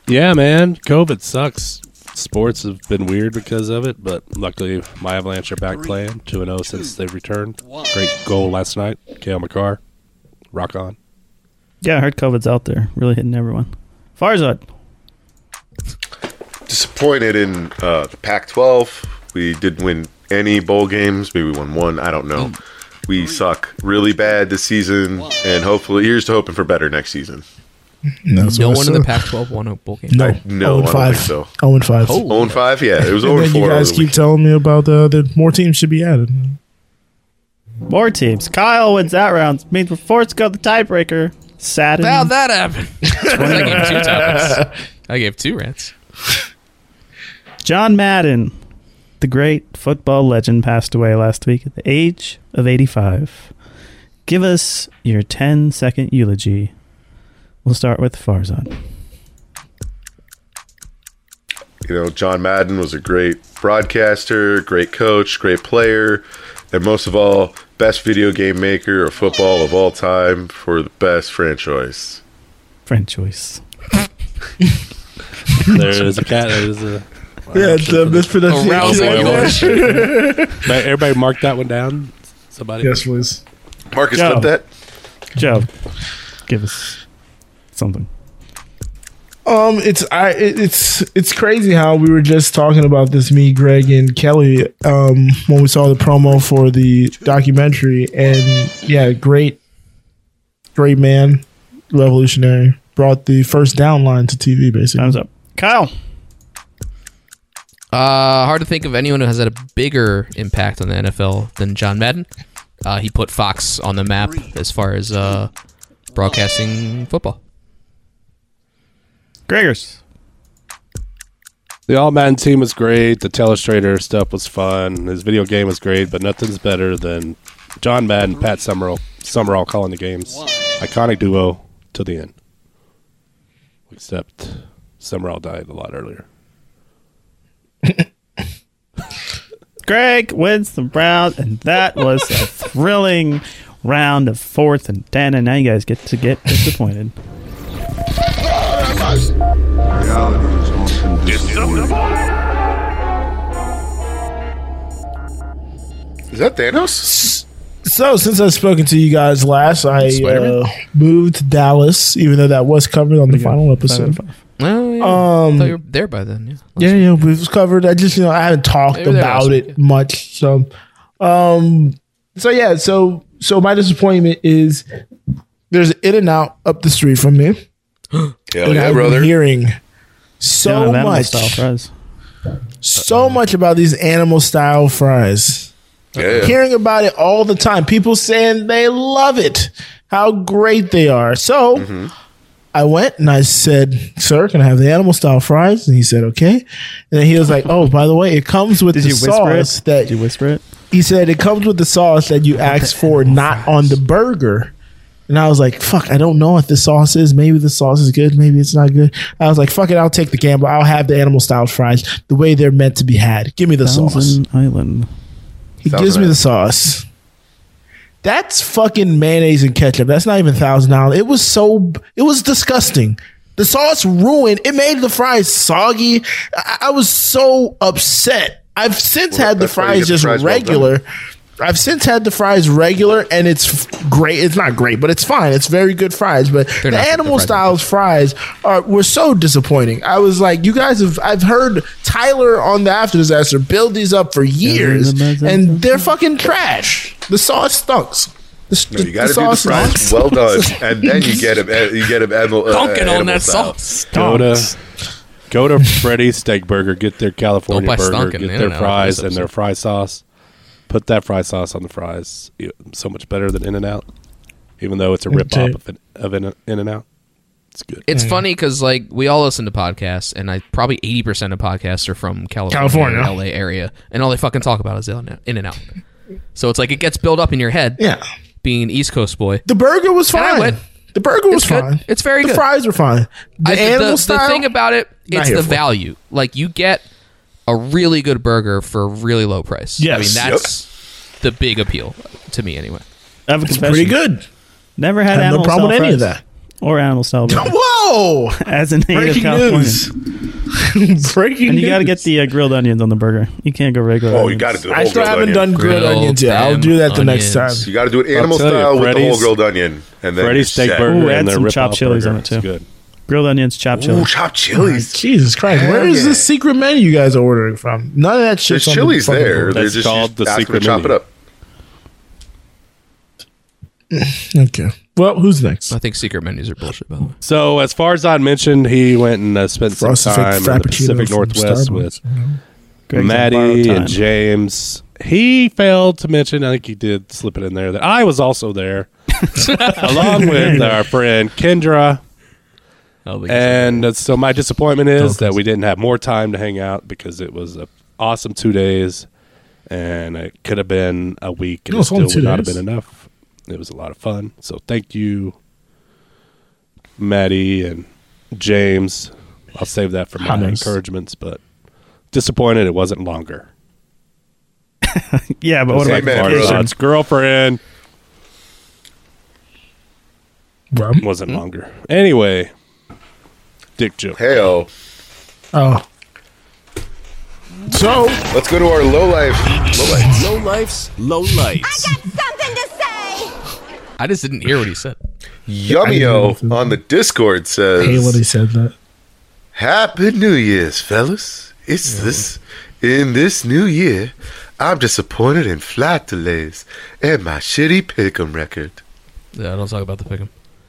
K: Yeah, man. COVID sucks. Sports have been weird because of it, but luckily my Avalanche are back playing 2 0 since they've returned. Great goal last night. Kale McCarr. Rock
H: [laughs]
K: on.
H: Yeah, I heard COVID's out there, really hitting everyone. Farzad.
B: disappointed in uh, the Pac-12. We didn't win any bowl games. Maybe we won one. I don't know. We suck really bad this season, and hopefully, here's to hoping for better next season.
F: That's
E: no
F: what I
E: one in the
F: said.
E: Pac-12 won a bowl game.
F: No,
B: No, I don't
F: five.
B: think so.
F: Owen five.
E: Oh.
B: Own five, yeah, it was
F: And
B: over
F: then you
B: four.
F: guys
B: over the
F: keep telling me about the that more teams should be added.
H: More teams. Kyle wins that round. Means Fort's got the tiebreaker. Saturday.
E: How'd that
F: [laughs]
E: happen? I gave [laughs] two topics. I gave two rants.
H: John Madden, the great football legend, passed away last week at the age of 85. Give us your 10 second eulogy. We'll start with Farzad.
B: you know, John Madden was a great broadcaster, great coach, great player, and most of all, best video game maker of football of all time for the best franchise.
H: Friend choice.
K: There is a cat. There is a.
F: Yeah, it's a
K: Boy,
F: mispronunciation.
E: Arousing
K: boy.
E: emotion.
K: Everybody mark that one down. Somebody.
F: Yes, please.
B: Marcus,
H: Yo.
B: flip that.
H: Joe, give us something.
F: Um, it's I it, it's it's crazy how we were just talking about this, me, Greg, and Kelly, um, when we saw the promo for the documentary, and yeah, great, great man, revolutionary, brought the first down line to TV, basically.
H: Time's up. Kyle.
E: Uh, hard to think of anyone who has had a bigger impact on the NFL than John Madden. Uh, he put Fox on the map as far as uh, broadcasting football.
H: Gregors.
K: The All Madden team was great. The Telestrator stuff was fun. His video game was great, but nothing's better than John Madden, Pat Summerall, Summerall calling the games. Iconic duo to the end. Except Summerall died a lot earlier.
H: Greg wins the round, and that was [laughs] a thrilling round of fourth and ten. And now you guys get to get [laughs] disappointed.
B: Is that Thanos?
F: So, since I've spoken to you guys last, I
H: Spider-Man?
F: uh, moved to Dallas, even though that was covered on the final episode.
E: Oh, yeah.
F: Um,
E: Thought you were there by then. Yeah.
F: Yeah, yeah, we've covered. I just you know I haven't talked
E: Maybe they're
F: about
E: awesome,
F: it
E: yeah.
F: much. So, um, so yeah, so so my disappointment is there's an in and out up the street from me,
B: Yeah,
F: and
B: Oh, yeah,
F: I've
B: brother.
F: been hearing so
H: Down at Animal
F: much,
H: Style fries.
F: so much about these animal style fries.
B: Yeah, yeah.
F: Hearing about it all the time. People saying they love it, how great they are. So.
H: Mm-hmm.
F: I went and I said, "Sir, can I have the animal style fries?" And he said, "Okay." And then he was like, "Oh, by the way, it comes with
H: Did
F: the
H: you whisper
F: sauce
H: it?
F: that
H: Did you whisper it?
F: he said it comes with the sauce that you asked for, not on the burger. And I was like, fuck, I don't know what the sauce is. Maybe the sauce is good, maybe it's not good. I was like, fuck it, I'll take the gamble. I'll have the animal style fries the way they're meant to be had. Give me the sauce.
H: Thousand Island.
F: He
B: Thousand
F: gives me the
B: Island.
F: sauce. That's fucking mayonnaise and ketchup. That's not even thousand dollars. It was so it was disgusting. The sauce ruined. It made the fries soggy. I, I was so upset. I've since
B: Well,
F: had the
B: that's why you
F: fries
B: get the
F: just
B: fries well done.
F: regular. I've since had the fries regular, and it's f- great. It's not great, but it's fine. It's very good fries. But the
E: not good, the
F: animal
E: fries are
F: styles fries are were so disappointing. I was like, you guys have. I've heard Tyler on the After Disaster build these up for years, and they're fucking trash. The sauce stunks. The,
B: No, you got to do the fries
K: [laughs]
B: well done, and then you get him. You get him. Animal, uh,
E: Dunking on
B: animal
E: that
B: style.
E: sauce.
K: Go to, go to Freddy's Steak Burger, get their California
E: buy
K: burger, get
E: Stonkin, they don't
K: their
E: know
K: fries
E: about
K: and
E: this
K: their
E: episode.
K: fry sauce. Put that fry sauce on the fries. E- So much better than In and Out, even though it's a rip off of, an- of In and Out. It's good.
E: It's funny because like we all listen to podcasts, and I probably eighty percent of podcasts are from California,
F: California.
E: and L.A. area, and all they fucking talk about is In and Out. So it's like it gets built up in your head.
F: Yeah.
E: being an East Coast boy.
L: The burger was
E: And I
L: fine.
E: went.
L: the burger was
E: It's good.
L: fine.
E: It's very
L: the
E: good.
L: fries are fine. The
E: I-
L: animal style.
E: The thing about it,
L: Not
E: it's
L: here
E: the
L: for it.
E: value. Like you get a really good burger for a really low price. I mean
L: Yes.
E: that's the big appeal to me anyway.
H: I have a
L: it's
H: confession.
L: pretty good.
H: Never had
L: I have no
H: animal
L: problem
H: style
L: with any of
H: fries
L: that.
H: Or animal style burger.
L: [laughs] Whoa!
H: As a native
L: Breaking
H: Californian.
L: news. Breaking
H: And you got to
L: news. [laughs]
H: get the uh, grilled onions on the burger. You can't go regular.
B: Oh, you
H: onions.
B: got to do. The
L: I
B: whole
L: still
B: grilled
L: haven't
B: onion.
L: done grilled
E: Grilled
L: onions yet. I'll
E: them
L: do that the next time.
E: onions.
B: You got to do it animal
K: tell you,
B: style with the whole
K: Freddy's-
B: grilled onion, and then
K: Freddy's
B: you're
K: steak
B: set.
K: burger
H: Ooh, add
K: and their
H: some
K: rip-off
H: chopped chilies on
K: burger.
H: it, too.
K: It's good.
H: grilled onions, chopped
B: Ooh,
H: chili.
B: chopped chilies.
L: Jesus Christ!
B: Hell
L: Where is
B: yeah.
L: this secret menu you guys are ordering from? None of that shit.
B: There's chilies there. They're
K: That's
B: just
K: called
B: you
K: the
B: ask them
K: secret
B: to chop it
K: menu.
B: up.
L: Okay. Well, who's next?
E: I think secret menus are bullshit by the way.
K: So as Farzan mentioned, he went and uh, spent some
L: Frosted
K: time in the
L: Frappuccino
K: Pacific
L: from Starbucks.
K: Northwest with
H: Greg's on borrowed
K: Maddie
H: time.
K: and James. He failed to mention, I think he did slip it in there, that I was also [laughs] there, along with our friend Kendra. And uh, so my disappointment is that we didn't have more time to hang out because it was an awesome two days, and it could have been a week, and
L: No,
K: it
L: it's
K: still
L: only
K: would
L: two
K: not have
L: days.
K: been enough. It was a lot of fun. So thank you, Maddie and James. I'll save that for my
L: Hammers.
K: encouragements, but disappointed it wasn't longer.
H: yeah, but what about
B: Amen,
K: Farzad's
H: [laughs]
B: brother.
K: girlfriend
L: Bro.
F: Mm-hmm.
K: wasn't longer. Anyway, dick joke.
B: Hell,
L: Oh. So
F: Oh.
B: let's go to our low life. Low life.
C: Low life's low lights.
E: I just didn't hear what he said.
B: Yummyo on the Discord
L: hey, when he
B: says,
L: said [laughs] that.
B: "Happy New Year's, fellas! It's this in this new year. I'm disappointed in flight delays and my shitty pick'em record."
E: Yeah, don't talk about the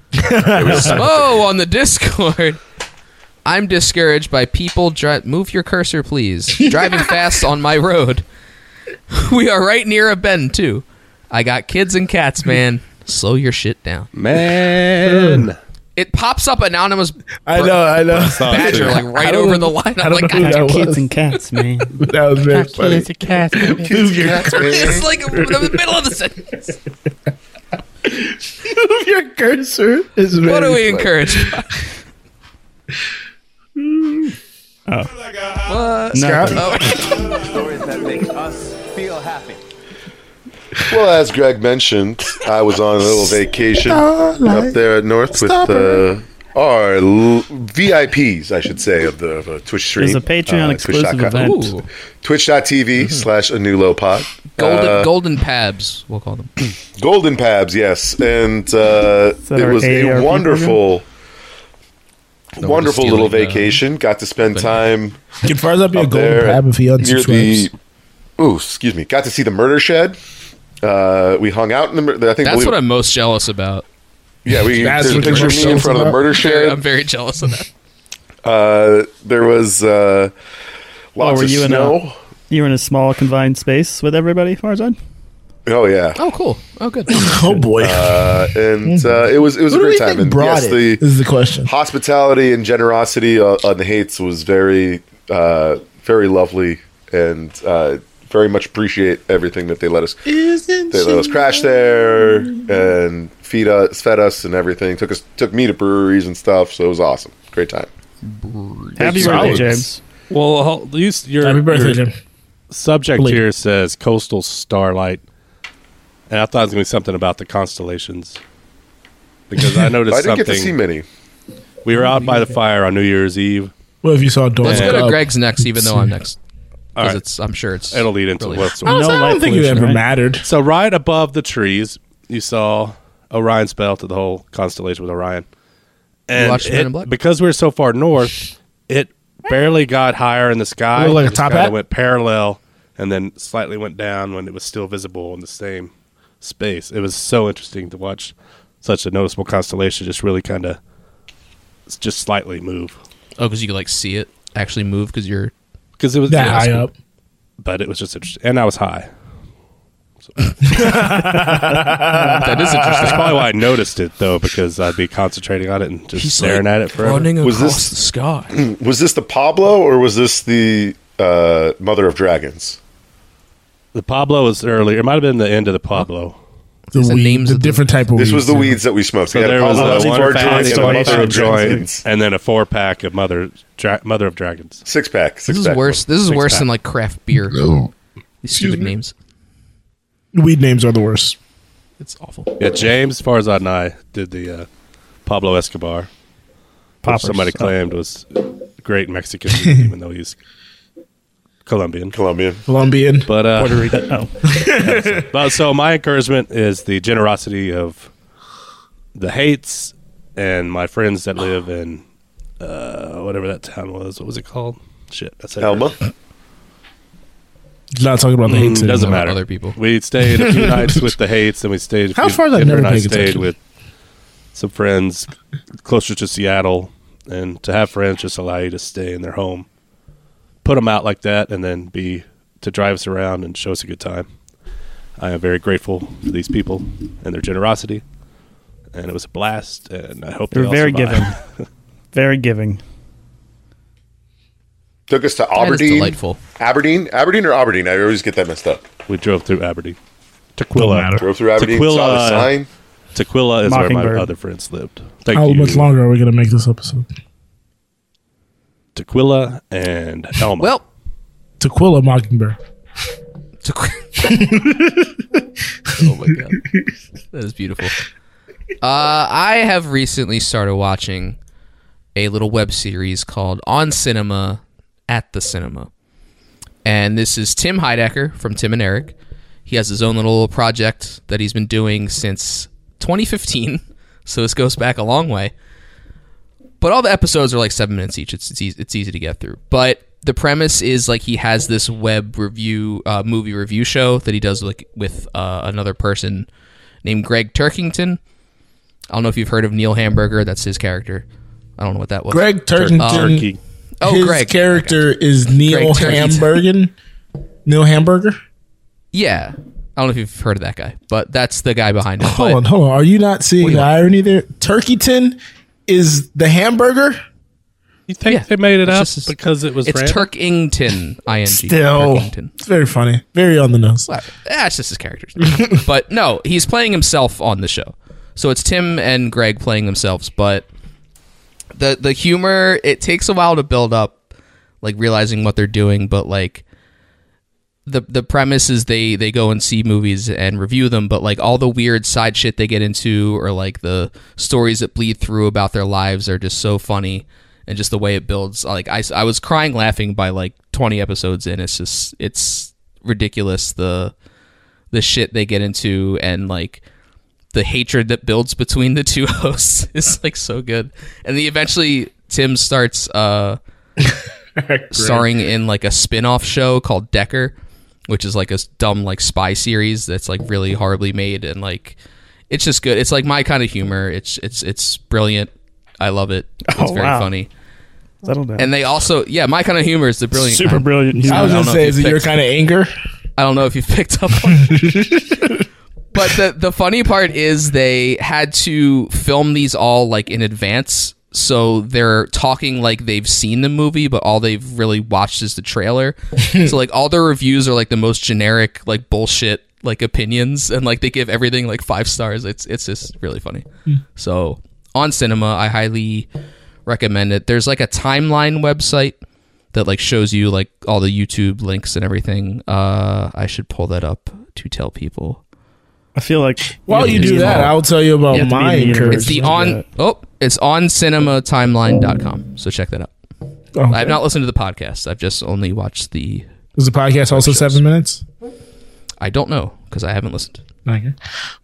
L: [laughs]
E: pick'em. [laughs] oh, on the Discord. I'm discouraged by people. Dri- move your
L: [laughs]
E: cursor, please. Driving fast on my road. [laughs] We are right near a bend too. I got kids and cats, man. Slow your shit down.
K: Man.
E: It pops up anonymous
L: I know. I know.
E: badger like
L: Oh, I
E: right
L: don't
E: over
L: know-
E: the line.
L: I
E: I'm
L: don't
E: like,
L: know who
E: God,
L: that
H: kids
L: was.
H: and cats, man.
L: That was very funny. Move your [laughs]
E: [laughs] it's like in the middle of the sentence.
L: move your cursor. Is
E: What do
L: very
E: we
L: [laughs]
E: encourage? by?
H: Nothing.
E: Oh,
B: Well, as Greg mentioned, I was on a little vacation up there at North with uh, our l- VIPs, I should say, of the of a Twitch stream.
H: There's a Patreon exclusive
B: twitch.com
H: event. Mm-hmm.
E: Ooh.
B: Twitch.tv slash Anulopod.
E: golden
B: Uh,
E: golden pabs, we'll call them.
B: Golden Pabs, yes, and uh,
H: that
B: it
H: our
B: was a
H: AARP
B: wonderful,
E: No, we're just
B: wonderful little
E: stealing the- uh,
B: vacation. Got to spend
E: But-
B: time
L: Can Farzad be a golden
B: up there
L: pab if he
B: near
L: unsubscribes?
B: the- Ooh, excuse me. Got to see the murder shed. Uh, we hung out in the. mur- I think
E: That's
B: believe-
E: what I'm most jealous about.
B: Yeah, we,
L: That's
B: there's a
L: what
B: picture of
L: you're
B: me in front of the
L: about.
B: murder
E: Very- I'm
B: shed.
E: very jealous of that.
B: Uh, there was uh, lots
L: Oh,
H: were
B: of
H: you
L: uh,
H: in
B: snow.
H: You were in a small confined space with everybody, Farzad.
B: Oh yeah,
E: Oh, cool.
F: [laughs]
E: Oh, good.
L: Oh boy.
B: uh, and uh, it was it was
L: Who
B: a
L: do we
B: great time.
L: think
B: And
L: brought
B: yes,
L: it?
B: the
L: Is the question.
B: hospitality and generosity uh, on the Hates was very, uh, very lovely, and uh, very much appreciate everything that they let us.
L: Isn't
B: They let us crash there and feed us, fed us, and everything. Took us, took me to breweries and stuff. So it was awesome. Great time.
L: [laughs]
H: Happy birthday,
L: Solid.
H: James.
K: Well, hol- you, s- your,
L: Happy birthday,
K: your
L: Jim.
K: subject
L: Believe
K: here says coastal starlight, and I thought it was going to be something about the constellations because [laughs] I
B: But
K: noticed
B: I didn't get to see
K: something.
B: many.
K: we were out by the fire on New Year's Eve.
L: What if you saw a door?
E: Let's go
K: Yeah.
E: to Greg's next, even though I'm next.
K: All
E: Because
K: right.
E: it's, I'm sure it's.
K: It'll lead into
E: really-
K: what's
H: No
L: I
H: light
L: don't think it
H: pollution,
L: ever
H: right?
L: mattered.
K: so right above the trees. You saw Orion's belt of the whole constellation with Orion, and
E: watched Men
K: it-
E: in Black?
K: because we were so far north, it barely got higher in the sky.
L: Looked like a
K: It just
L: top
K: kinda
L: hat?
K: went parallel and then slightly went down when it was still visible in the same space. It was so interesting to watch such a noticeable constellation just really kind of just slightly move
E: [laughs] Oh, because you could, like see it actually move because you're.
K: because it was
L: That
K: yeah,
L: high
K: it's-
L: up.
K: but it was just interesting, and I was high.
E: That is interesting.
K: That's probably [laughs] why I noticed it though, because I'd be concentrating on it and just staring at it forever.
B: Was across this-
K: [laughs]
E: the sky.
B: Was this the Pablo or was this the uh, Mother of Dragons?
K: The Pablo was earlier. It might have been the end of the Pablo.
F: The
E: Is it
F: weed-
E: names
F: the
E: of
F: different type of
B: This
F: weeds.
B: was the weeds that we smoked.
K: So
B: we
K: there was
B: Apollo
K: a one
B: Sport
K: pack
B: joints
K: of
B: and
K: mother of
B: Joints.
K: dragons, and then a four pack of mother dra- mother of dragons.
B: Six pack. Six
E: This is
B: pack.
E: worse. This is
K: Six
E: worse
K: pack.
E: than like craft beer.
D: No.
E: These stupid names.
F: Weed names are the worst.
E: It's awful.
K: Yeah, James Farzad and I did the uh, Pablo Escobar, which
H: Poppers.
K: somebody claimed was great Mexican, weed, even though he's Colombian.
B: Colombian.
F: Colombian.
K: But uh,
H: Puerto Rico. Oh,
K: [laughs] But so my encouragement is the generosity of the hates and my friends that live in uh, whatever that town was. What was it called? Shit, that's
B: Elma.
F: Not talking about the hate.
K: It Mm, doesn't
E: About
K: matter.
E: other people.
K: We stayed a
H: [laughs]
K: few nights with the hates, and we stayed. A few,
F: How far did I
K: Denver
F: never
K: and I
F: pay
K: stayed
F: attention?
K: with some friends closer to Seattle, and to have friends just allow you to stay in their home, put them out like that, and then be to drive us around and show us a good time. I am very grateful for these people and their generosity, and it was a blast. And I hope
H: they
K: they
H: were
K: all
H: very
K: survive.
H: giving. Very giving.
B: Took us to
E: That is
B: Aberdeen.
E: delightful.
B: Aberdeen, Aberdeen or Aberdeen? I always get that messed up.
K: [laughs] We drove through Aberdeen. Tequila.
B: Drove through Aberdeen, saw the
K: Tequila.
B: sign.
K: Tequila is where my
H: Mockingbird.
K: other friends lived. Thank
F: How
K: you.
F: much longer are we going to make this episode?
K: Tequila and Elma.
E: Well,
F: Tequila Mockingbird.
E: it's [laughs] a-
K: oh my god.
E: that is beautiful. Uh, I have recently started watching a little web series called On Cinema at the Cinema. And this is Tim Heidecker from Tim and Eric. He has his own little project that he's been doing since 2015. [laughs] So this goes back a long way. But all the episodes are like seven minutes each. It's it's easy, it's easy to get through. But the premise is like he has this web review, uh, movie review show that he does like with uh, another person named Greg Turkington. I don't know if you've heard of Neil Hamburger. That's his character. I don't know what that was.
F: Greg Turkington.
K: Turkey.
E: Oh,
F: his
E: Greg.
F: character is Neil
E: Greg Turkington.
F: Hamburgen. Neil Hamburger.
E: Yeah. I don't know if you've heard of that guy, but that's the guy behind it.
F: Hold
E: But
F: on, hold on. Are you not seeing the irony there? Turkeyton is the hamburger.
K: You think
E: Yeah.
K: they made it up
E: It's just-
K: because it was
E: It's
K: random?
E: Turkington,
F: [laughs]
E: ing.
F: Still,
E: Turkington.
F: it's very funny. Very on the nose.
E: Well, that's just his character. but no, he's playing himself on the show. So it's Tim and Greg playing themselves, but the the humor it takes a while to build up, like realizing what they're doing, but like the the premise is they they go and see movies and review them, but like all the weird side shit they get into or like the stories that bleed through about their lives are just so funny and just the way it builds like I, s- I was crying laughing by like 20 episodes in it's just it's ridiculous the the shit they get into and like the hatred that builds between the two [laughs] hosts is like so good and the eventually Tim starts
H: [laughs]
E: uh starring in like a spin-off show called Decker, which is like a s- dumb like spy series that's like really horribly made and like it's just good. It's like my kind of humor. It's it's it's brilliant. I love it. It's
H: Oh,
E: very
H: wow.
E: funny.
H: That'll do.
E: And they also yeah, my kind of humor is the brilliant
H: Super
E: kind.
H: brilliant.
F: I was
E: I don't
F: gonna
E: know
F: say,
E: if
F: is
E: you
F: it your
E: picked-
F: kind of anger?
E: I don't know if you've [laughs] picked up on it. but the the funny part is they had to film these all like in advance. So they're talking like they've seen the movie, but all they've really watched is the trailer. so like all their reviews are like the most generic, like bullshit like opinions and like they give everything like five stars. It's it's just really funny. So on cinema, I highly recommend it. There's like a timeline website that like shows you like all the YouTube links and everything. Uh, I should pull that up to tell people.
H: I feel like
F: While you do that, I'll tell you about
H: You have to be
F: my
H: in the universe.
F: encouragement.
E: It's the
H: Let's
E: on
H: do
E: oh, it's on cinematimeline.com. So check that out.
F: Oh,
E: I've not listened to the podcast. I've just only watched the.
F: is the podcast also seven minutes?
E: I don't know because I haven't listened.
F: Okay.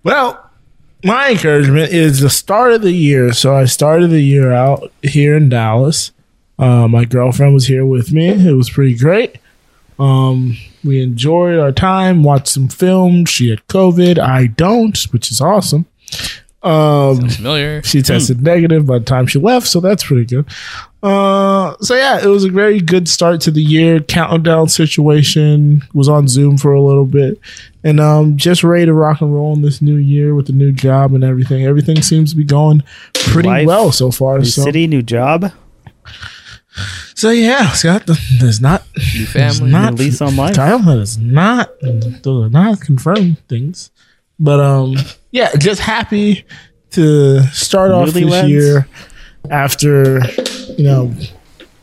F: Well, my encouragement is the start of the year. So I started the year out here in Dallas. Uh, my girlfriend was here with me. It was pretty great. Um, we enjoyed our time, watched some film. She had COVID. I don't, which is awesome. Um,
H: [laughs]
E: Familiar.
F: she tested
H: Hmm.
F: negative by the time she left, so that's pretty good. Uh, so yeah, it was a very good start to the year. Countdown situation was on Zoom for a little bit, and um, just ready to rock and roll in this new year with the new job and everything. Everything seems to be going pretty
H: Life,
F: well so far.
H: new
F: So,
H: city, new job,
F: so yeah, Scott, there's not
E: New
F: there's
E: family.
F: not
H: new lease on life.
F: Kyle, that is not those are not confirmed things. But um, yeah, just happy to start off this
L: Newlyweds?
F: year after you know.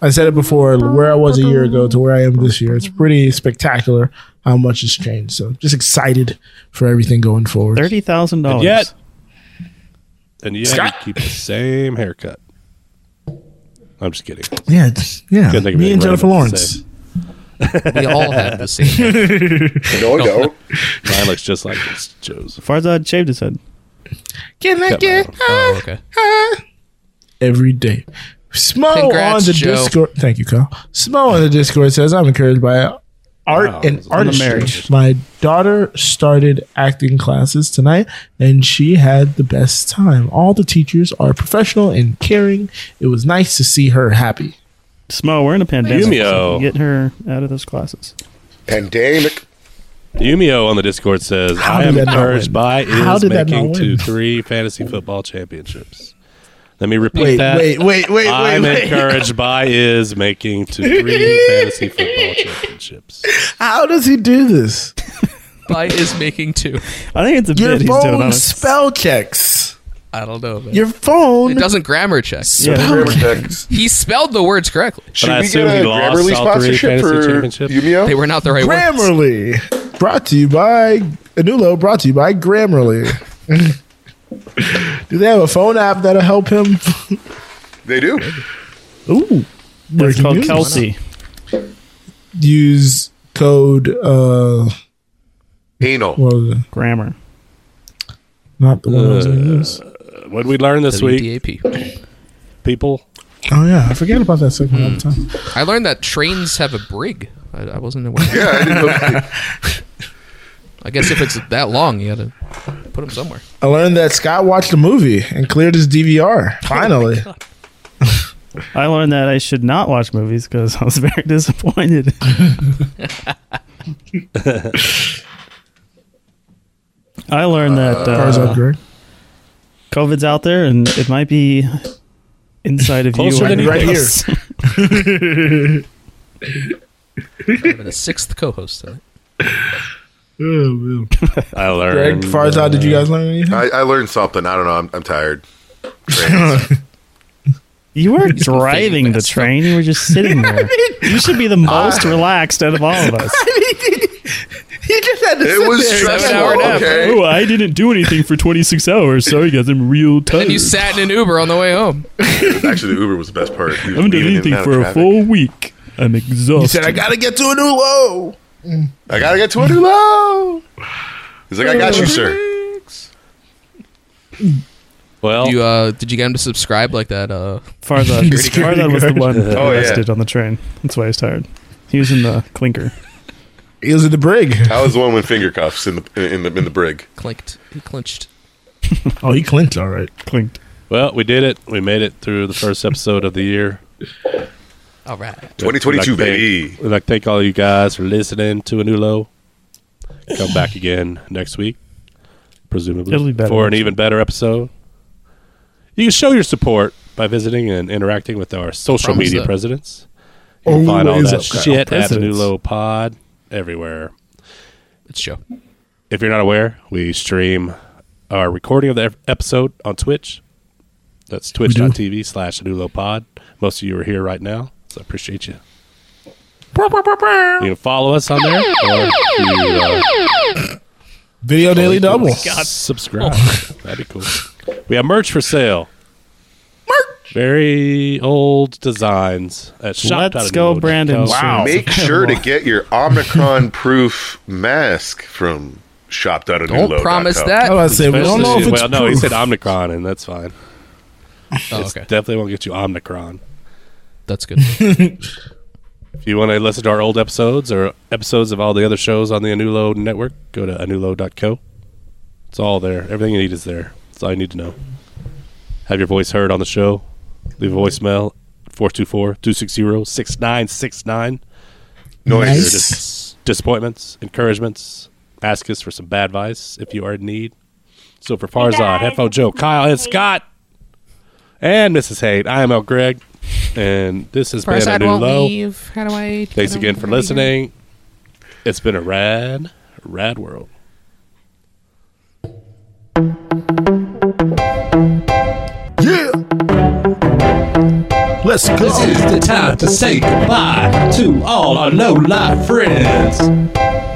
F: I said it before, where I was a year ago to where I am this year. It's pretty spectacular how much has changed. So just excited for everything going forward.
H: Thirty thousand
K: And
H: dollars.
K: yet, and yet you keep the same haircut. I'm just kidding.
F: Yeah, it's, yeah.
K: Couldn't think of
F: Me
K: anything
F: and Jennifer
K: relevant to
F: Lawrence.
K: say.
E: We all have the same haircut.
F: No, I don't.
K: Mine looks just like it's Joe's.
H: Farzad shaved his head.
F: Can I
K: Cut
F: get
E: Oh, okay.
F: [laughs] every day. Smo
E: Congrats,
F: on the
E: Joe.
F: Discord. Thank you, Kyle. Smo on the Discord says, I'm encouraged by art
K: Wow,
F: and
K: on the
F: artistry.
K: marriage.
F: My daughter started acting classes tonight and she had the best time. All the teachers are professional and caring. It was nice to see her happy.
H: Smo, we're in a pandemic. so
K: Yumio.
H: get her out of those classes.
B: Pandemic.
K: Yumio on the Discord says,
F: How
K: "I
F: did
K: am
F: that not
K: encouraged
F: win?
K: by is
F: How did that not
K: making to
F: win?
K: three fantasy football championships." Let me repeat
F: Wait,
K: that.
F: wait, wait, wait, wait,
K: I'm
F: wait.
K: encouraged by is making to three fantasy football championships.
F: How does he do this?
E: Bite is making two.
H: I think it's a
F: Your
H: bit he's doing on
F: phone
H: us.
F: spell checks.
E: I don't know. Man.
F: Your phone
E: It doesn't grammar check.
H: Yeah,
B: Grammar checks.
E: He spelled the words correctly.
B: Should
K: I
B: we get
K: assume
B: a
K: he lost
B: Grammarly
K: all three
B: sponsorship
K: fantasy
B: for
K: championships?
B: Yumio?
E: They were not the right words.
F: Grammarly. Brought to you by Anulo, brought to you by Grammarly. [laughs] Do they have a phone app that'll help him?
B: They do.
F: Ooh.
H: it's
F: breaking
H: called
F: news.
H: Kelsey.
F: Use code uh
B: Anal.
F: what was it?
H: Grammar.
F: Not the one I was gonna use.
K: What did we learn this week,
E: WDAP.
K: people?
F: Oh yeah, I forget about that segment all the time.
E: I learned that trains have a brig. I, I wasn't aware.
B: Yeah, I didn't know.
E: [laughs] I guess if it's that long, you gotta put them somewhere.
F: I learned that Scott watched a movie and cleared his DVR. Finally.
H: I learned that I should not watch movies because I was [laughs] very disappointed. [laughs] I learned that
F: Cars
H: uh,
F: up, Greg.
H: COVID's out there and it might be inside of you
K: Closer than
H: and
K: you
H: right
K: think.
H: here.
E: I've been a sixth co-host tonight.
K: I
F: Greg
K: learned.
F: Farzad, did you guys learn
B: [laughs]
F: anything?
B: I, I learned something. I don't know. I'm, I'm tired.
H: [laughs] You weren't driving the train; you were just sitting there. you should be the most relaxed out of all of us.
F: he just had to
B: It was
E: hour
B: stressful.
E: nap.
B: Okay.
H: Oh, I didn't do anything for 26 hours. Sorry, guys, I'm real tired.
E: And you sat in an Uber on the way home.
B: [laughs] Actually, the Uber was the best part. He was
H: I haven't done
B: weaving in and
H: anything
B: out of
H: for a
B: traffic.
H: full week. I'm exhausted.
F: He said,
H: [laughs]
F: I gotta get to a new low.
B: I gotta get to a new low. He's like, I got you, sir.
K: Well,
E: You uh, did you get him to subscribe like that? Uh,
H: Farzad, Farzad
B: [laughs]
H: was the one
B: Oh, yeah.
H: arrested on the train. That's why he's tired. He was in the clinker.
F: He was in the brig.
B: I was the one with finger cuffs in the in the in the brig.
E: clinked. He clinched.
F: Oh, he clinched all right.
H: Clinked.
K: well, we did it. We made it through the first episode of the year.
E: All right.
B: 2022,
K: We'd like to
B: baby.
K: Thank, we'd like to thank all you guys for listening to a new low. Come back again next week, presumably
H: It'll be better
K: for an
H: next
K: even better episode. You can show your support by visiting and interacting with our social
E: Promise
K: media
E: that.
K: presidents. You can find all
F: Always
K: that
F: up, Kyle.
K: shit at the new
H: Presidents.
K: low pod everywhere.
E: It's show.
K: If you're not aware, we stream our recording of the ep- episode on Twitch. That's twitch.tv slash Anulo Pod. Most of you are here right now, so I appreciate you. You can follow us on there. Or you, uh,
F: Video Daily Double.
K: Oh, God.
F: [laughs]
K: Subscribe. That'd be cool. We have merch for sale. Merch. Very old designs at shop.
H: Let's go, Brandon. Wow.
B: Make sure to get your Omicron proof mask from shop.
E: Don't promise
F: I
E: that.
F: was about to say, we don't know if it's
K: well, no, he
F: proof.
K: said Omnicron, and that's fine.
E: Oh, okay.
K: Definitely won't get you Omnicron.
E: That's [laughs] good.
K: If you want to listen to our old episodes or episodes of all the other shows on the Anulo network, go to anulo.co. It's all there. Everything you need is there. That's all you need to know. Have your voice heard on the show. Leave a voicemail 424-260-6969.
B: Noise.
K: Your dis- disappointments, encouragements, ask us for some bad advice if you are in need. So for Farzad, Hefo Joe, Kyle, and Scott, and Mrs. Haight, I am El Greg, and this has been a new
E: Oh.
K: low.
E: leave. How do I?
K: Thanks again for listening. It's been a rad, rad world.
L: Let's go.
M: This is the time to say goodbye to all our low life friends.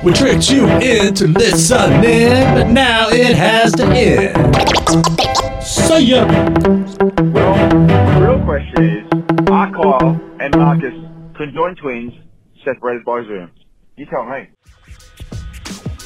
M: We tricked you into listening, but now it has to end. See ya.
N: The real question is, Akal and Marcus, conjoined twins, separated by Zoom. You tell me.